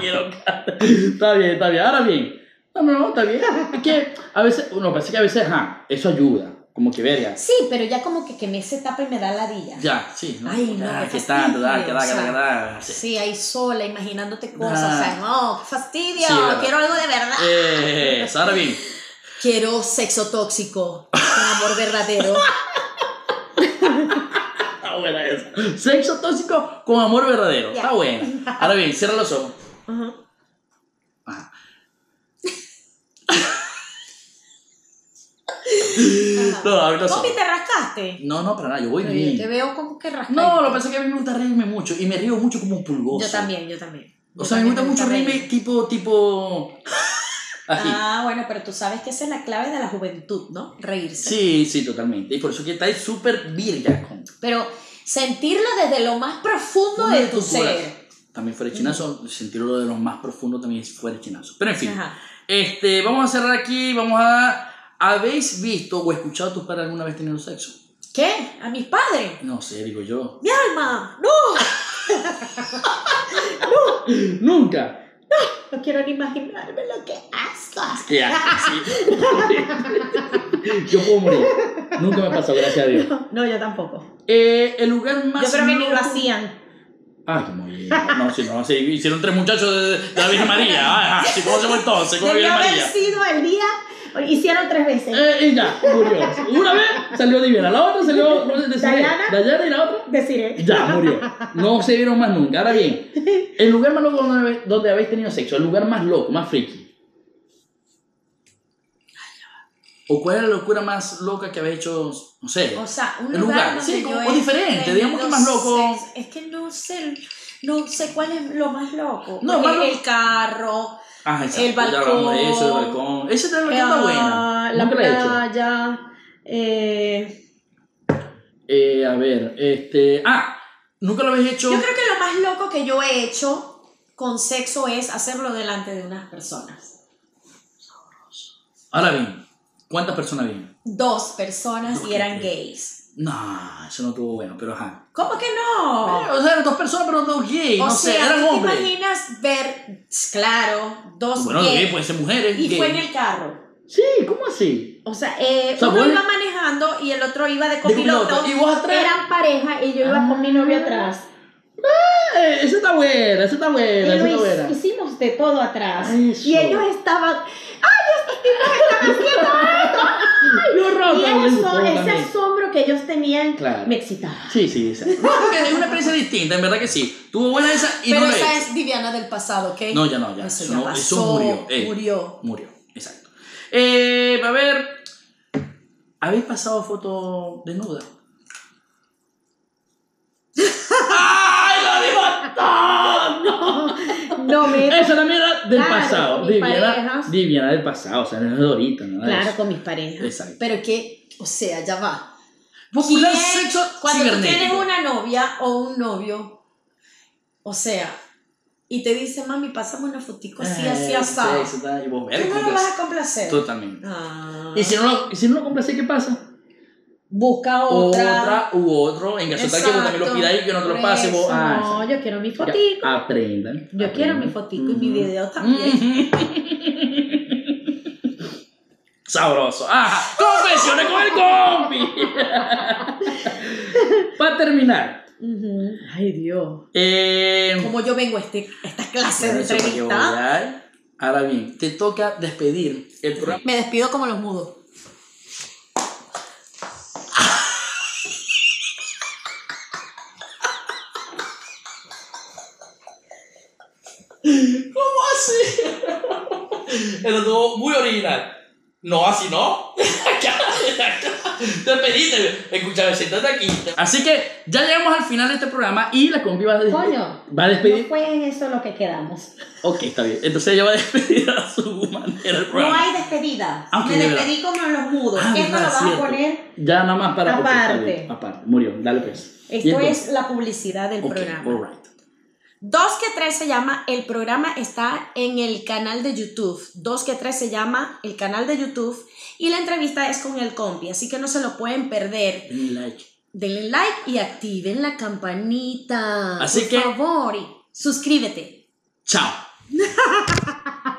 Speaker 1: Quiero Está bien, está bien. Ahora bien. No, no, no, está bien. Es que a veces, uno parece que a veces, ajá, eso ayuda. Como que verga.
Speaker 2: Sí, pero ya como que quemé esa etapa y me da ladilla.
Speaker 1: Ya, sí. ¿no?
Speaker 2: Ay, no,
Speaker 1: Ya,
Speaker 2: qué
Speaker 1: que tanto, da, que da,
Speaker 2: fastidio,
Speaker 1: que
Speaker 2: o
Speaker 1: da,
Speaker 2: sea.
Speaker 1: que da. Sí.
Speaker 2: Sí, ahí sola, imaginándote cosas. O sea,
Speaker 1: Ah.
Speaker 2: no, qué fastidio.
Speaker 1: Sí, verdad.
Speaker 2: Quiero algo de verdad.
Speaker 1: Eh, eso, ahora bien.
Speaker 2: Quiero sexo tóxico. con amor verdadero.
Speaker 1: Está buena esa. Sexo tóxico con amor verdadero.
Speaker 2: Ya.
Speaker 1: Está buena. Ahora bien, cierra los ojos.
Speaker 2: Ajá. Ah.
Speaker 1: Ajá.
Speaker 2: Ah.
Speaker 1: No, abre los
Speaker 2: Compi,
Speaker 1: ojos.
Speaker 2: te rascaste.
Speaker 1: No, no, para nada, yo voy
Speaker 2: Pero
Speaker 1: bien.
Speaker 2: yo te veo como que rascaste.
Speaker 1: No, lo que pasa es que a mí me gusta reírme mucho y me río mucho como un pulgoso.
Speaker 2: Yo también, yo también.
Speaker 1: O sea, me gusta mucho
Speaker 2: reírme
Speaker 1: reírme tipo, tipo. Así.
Speaker 2: Ah, bueno, pero tú sabes que esa es la clave de la juventud, ¿no? Reírse.
Speaker 1: Sí, sí, totalmente. Y por eso que estáis súper virga. con-
Speaker 2: Pero sentirlo desde lo más profundo de tu
Speaker 1: tus horas.
Speaker 2: ser.
Speaker 1: También fuera de chinazo, sentirlo de los más profundos también fuera de chinazo. Pero en fin,
Speaker 2: Ajá.
Speaker 1: este, vamos a cerrar aquí, vamos a... ¿Habéis visto o escuchado a tus padres alguna vez teniendo sexo?
Speaker 2: ¿Qué? ¿A mis padres?
Speaker 1: No sé, digo yo.
Speaker 2: ¡Mi alma! ¡No!
Speaker 1: Nunca.
Speaker 4: No quiero ni imaginarme lo que asco.
Speaker 1: ¿Qué haces? Sí. yo puedo morir. Nunca me ha pasado, gracias a Dios.
Speaker 4: No, yo tampoco.
Speaker 1: Eh, el lugar más...
Speaker 4: Yo creo que ni
Speaker 1: loco-
Speaker 4: lo hacían.
Speaker 1: Ay, como No, sí, no, sí. Hicieron tres muchachos de, de la Virgen María. Ah, sí, ¿Cómo se fue entonces? ¿Cómo la
Speaker 4: Debió
Speaker 1: Virgen
Speaker 4: haber
Speaker 1: María?
Speaker 4: sido el día. Hicieron tres veces.
Speaker 1: Eh, y ya, murió. Una vez salió Diviana, la otra salió no sé, de Siré.
Speaker 4: Dayana.
Speaker 1: Dayana y la otra.
Speaker 4: Deciré.
Speaker 1: Ya, murió. No se vieron más nunca. Ahora bien, el lugar más loco donde, habe- donde habéis tenido sexo, el lugar más loco, más friki. ¿O cuál es la locura más loca que habéis hecho? No sé.
Speaker 2: O sea, un
Speaker 1: El
Speaker 2: lugar,
Speaker 1: lugar,
Speaker 2: donde
Speaker 1: sí,
Speaker 2: yo
Speaker 1: como
Speaker 2: he
Speaker 1: diferente, digamos que más loco.
Speaker 2: sexo. Es que no sé, no sé cuál es lo más loco.
Speaker 1: No, más
Speaker 2: Porque
Speaker 1: loco-
Speaker 2: el carro,
Speaker 1: Ah,
Speaker 2: el
Speaker 1: ya hablamos de eso, el
Speaker 2: balcón.
Speaker 1: balcón. Ese también
Speaker 4: Ah,
Speaker 1: está buena.
Speaker 4: La
Speaker 1: Nunca la he hecho.
Speaker 4: playa. eh,
Speaker 1: Eh, a ver, este. Ah, nunca lo habéis hecho.
Speaker 2: Yo creo que lo más loco que yo he hecho con sexo es hacerlo delante de unas personas.
Speaker 1: Ahora bien, ¿cuántas personas vienen?
Speaker 2: Dos personas y eran gays.
Speaker 1: No, eso no estuvo bueno, pero ajá.
Speaker 2: ¿Cómo que no?
Speaker 1: Eh, o sea, eran dos personas, pero dos gays.
Speaker 2: Oh. o
Speaker 1: no
Speaker 2: sea,
Speaker 1: sé, eran
Speaker 2: ¿tú
Speaker 1: hombres.
Speaker 2: te imaginas ver, claro, dos
Speaker 1: Bueno, pues,
Speaker 2: gays?
Speaker 1: gays pueden ser mujeres.
Speaker 2: y fue en
Speaker 1: gays.
Speaker 2: el carro.
Speaker 1: Sí, ¿cómo así?
Speaker 4: o sea, eh,
Speaker 1: O sea,
Speaker 2: Uno
Speaker 1: vos-
Speaker 2: iba manejando y el otro iba de
Speaker 1: De copiloto.
Speaker 2: copiloto.
Speaker 1: Y vos atrás. Ah,
Speaker 4: eran pareja y yo iba con mi novio atrás.
Speaker 1: Eh, esa está buena, esa está buena,
Speaker 4: Y
Speaker 1: esa
Speaker 4: lo
Speaker 1: está
Speaker 4: hic-
Speaker 1: buena.
Speaker 4: hicimos de todo atrás.
Speaker 1: Eso.
Speaker 4: Y ellos estaban.
Speaker 1: Lo
Speaker 4: Y
Speaker 1: roto, lo
Speaker 4: eso,
Speaker 1: disfruto
Speaker 4: ese
Speaker 1: también.
Speaker 4: asombro que ellos tenían
Speaker 1: Claro.
Speaker 4: me excitaba.
Speaker 1: Sí, sí, esa. No, porque es una experiencia distinta, en verdad que sí. Tuvo buena esa y
Speaker 2: Pero
Speaker 1: no la he
Speaker 2: esa
Speaker 1: hecho.
Speaker 2: es Viviana del pasado, ¿ok?
Speaker 1: No, ya no, ya.
Speaker 2: Eso
Speaker 1: Eso,
Speaker 2: ya
Speaker 1: no-
Speaker 2: pasó.
Speaker 1: eso murió. eh,
Speaker 2: murió.
Speaker 1: Murió, exacto. Eh, a ver, ¿habéis pasado foto desnuda? ¡Ay, lo digo todo!
Speaker 4: No me.
Speaker 1: Esa es la mierda del
Speaker 4: Claro,
Speaker 1: pasado.
Speaker 4: mis
Speaker 1: Diviana,
Speaker 4: parejas.
Speaker 1: Diviana del pasado, o sea, no es de ahorita, nada de
Speaker 4: Claro,
Speaker 1: eso.
Speaker 4: con mis parejas.
Speaker 1: Exacto.
Speaker 2: Pero que, o sea, ya va.
Speaker 1: Popular
Speaker 2: ¿Quién-
Speaker 1: sexo
Speaker 2: Cuando tú
Speaker 1: cibernético.
Speaker 2: tienes una novia o un novio, o sea, y te dice, mami, pásame una fotico así,
Speaker 1: Eh,
Speaker 2: pues así,
Speaker 1: sí,
Speaker 2: asado.
Speaker 1: eso está- y vos,
Speaker 2: Tú
Speaker 1: verga,
Speaker 2: no lo
Speaker 1: compras-
Speaker 2: vas a complacer.
Speaker 1: Totalmente.
Speaker 2: Ah.
Speaker 1: Y si no lo, y si no lo complací, ¿qué pasa?
Speaker 2: Busca otra.
Speaker 1: Otra u otro, en caso tal que vos también lo
Speaker 2: Exacto.
Speaker 1: pidáis y que no te lo pase, vos.
Speaker 2: Eso.
Speaker 1: ah,
Speaker 4: No,
Speaker 1: exacto.
Speaker 4: yo quiero mi
Speaker 1: Ya, Ah,
Speaker 4: fotico.
Speaker 1: Aprendan. Mm.
Speaker 4: Yo quiero mi fotico y mi video
Speaker 1: también. Sabroso. Ah, confesiones con el compi. Para terminar.
Speaker 4: Ujú. Ay, Dios.
Speaker 1: Eh,
Speaker 2: Como yo vengo a este, a esta clase de
Speaker 1: eso para que
Speaker 2: entrevista,
Speaker 1: volar. Ahora bien, te toca despedir el programa.
Speaker 2: me despido como los mudos.
Speaker 1: ¿Cómo así? Ah, Eso estuvo muy original. No, así no. Acá, acá. Despedite. Escúchame, siéntate aquí. Así que ya llegamos al final de este programa y la compi va a, despe-
Speaker 4: Coño.
Speaker 1: va a
Speaker 4: No
Speaker 1: despedir.
Speaker 4: fue en eso lo que quedamos.
Speaker 1: Ok, está bien. Entonces ella va a despedir a su manera el
Speaker 2: No
Speaker 1: programa.
Speaker 2: hay despedida.
Speaker 1: Ah, ok,
Speaker 2: me
Speaker 1: de verdad.
Speaker 2: despedí como los mudos.
Speaker 1: Ah,
Speaker 2: Esto lo
Speaker 1: verdad,
Speaker 2: vas
Speaker 1: cierto.
Speaker 2: a poner.
Speaker 1: Ya nada más para. ok, está
Speaker 4: Aparte.
Speaker 1: bien, aparte. Murió. Dale pues. Y
Speaker 2: Esto
Speaker 1: entonces-
Speaker 2: es la publicidad del
Speaker 1: Ok,
Speaker 2: programa.
Speaker 1: all right.
Speaker 2: 2 que 3 se llama, el programa está en el canal de YouTube. 2 que 3 se llama el canal de YouTube y la entrevista es con el compi, así que no se lo pueden perder.
Speaker 1: Denle like.
Speaker 2: Denle like y activen la campanita.
Speaker 1: Así
Speaker 2: por
Speaker 1: que-
Speaker 2: favor, y suscríbete.
Speaker 1: Chao.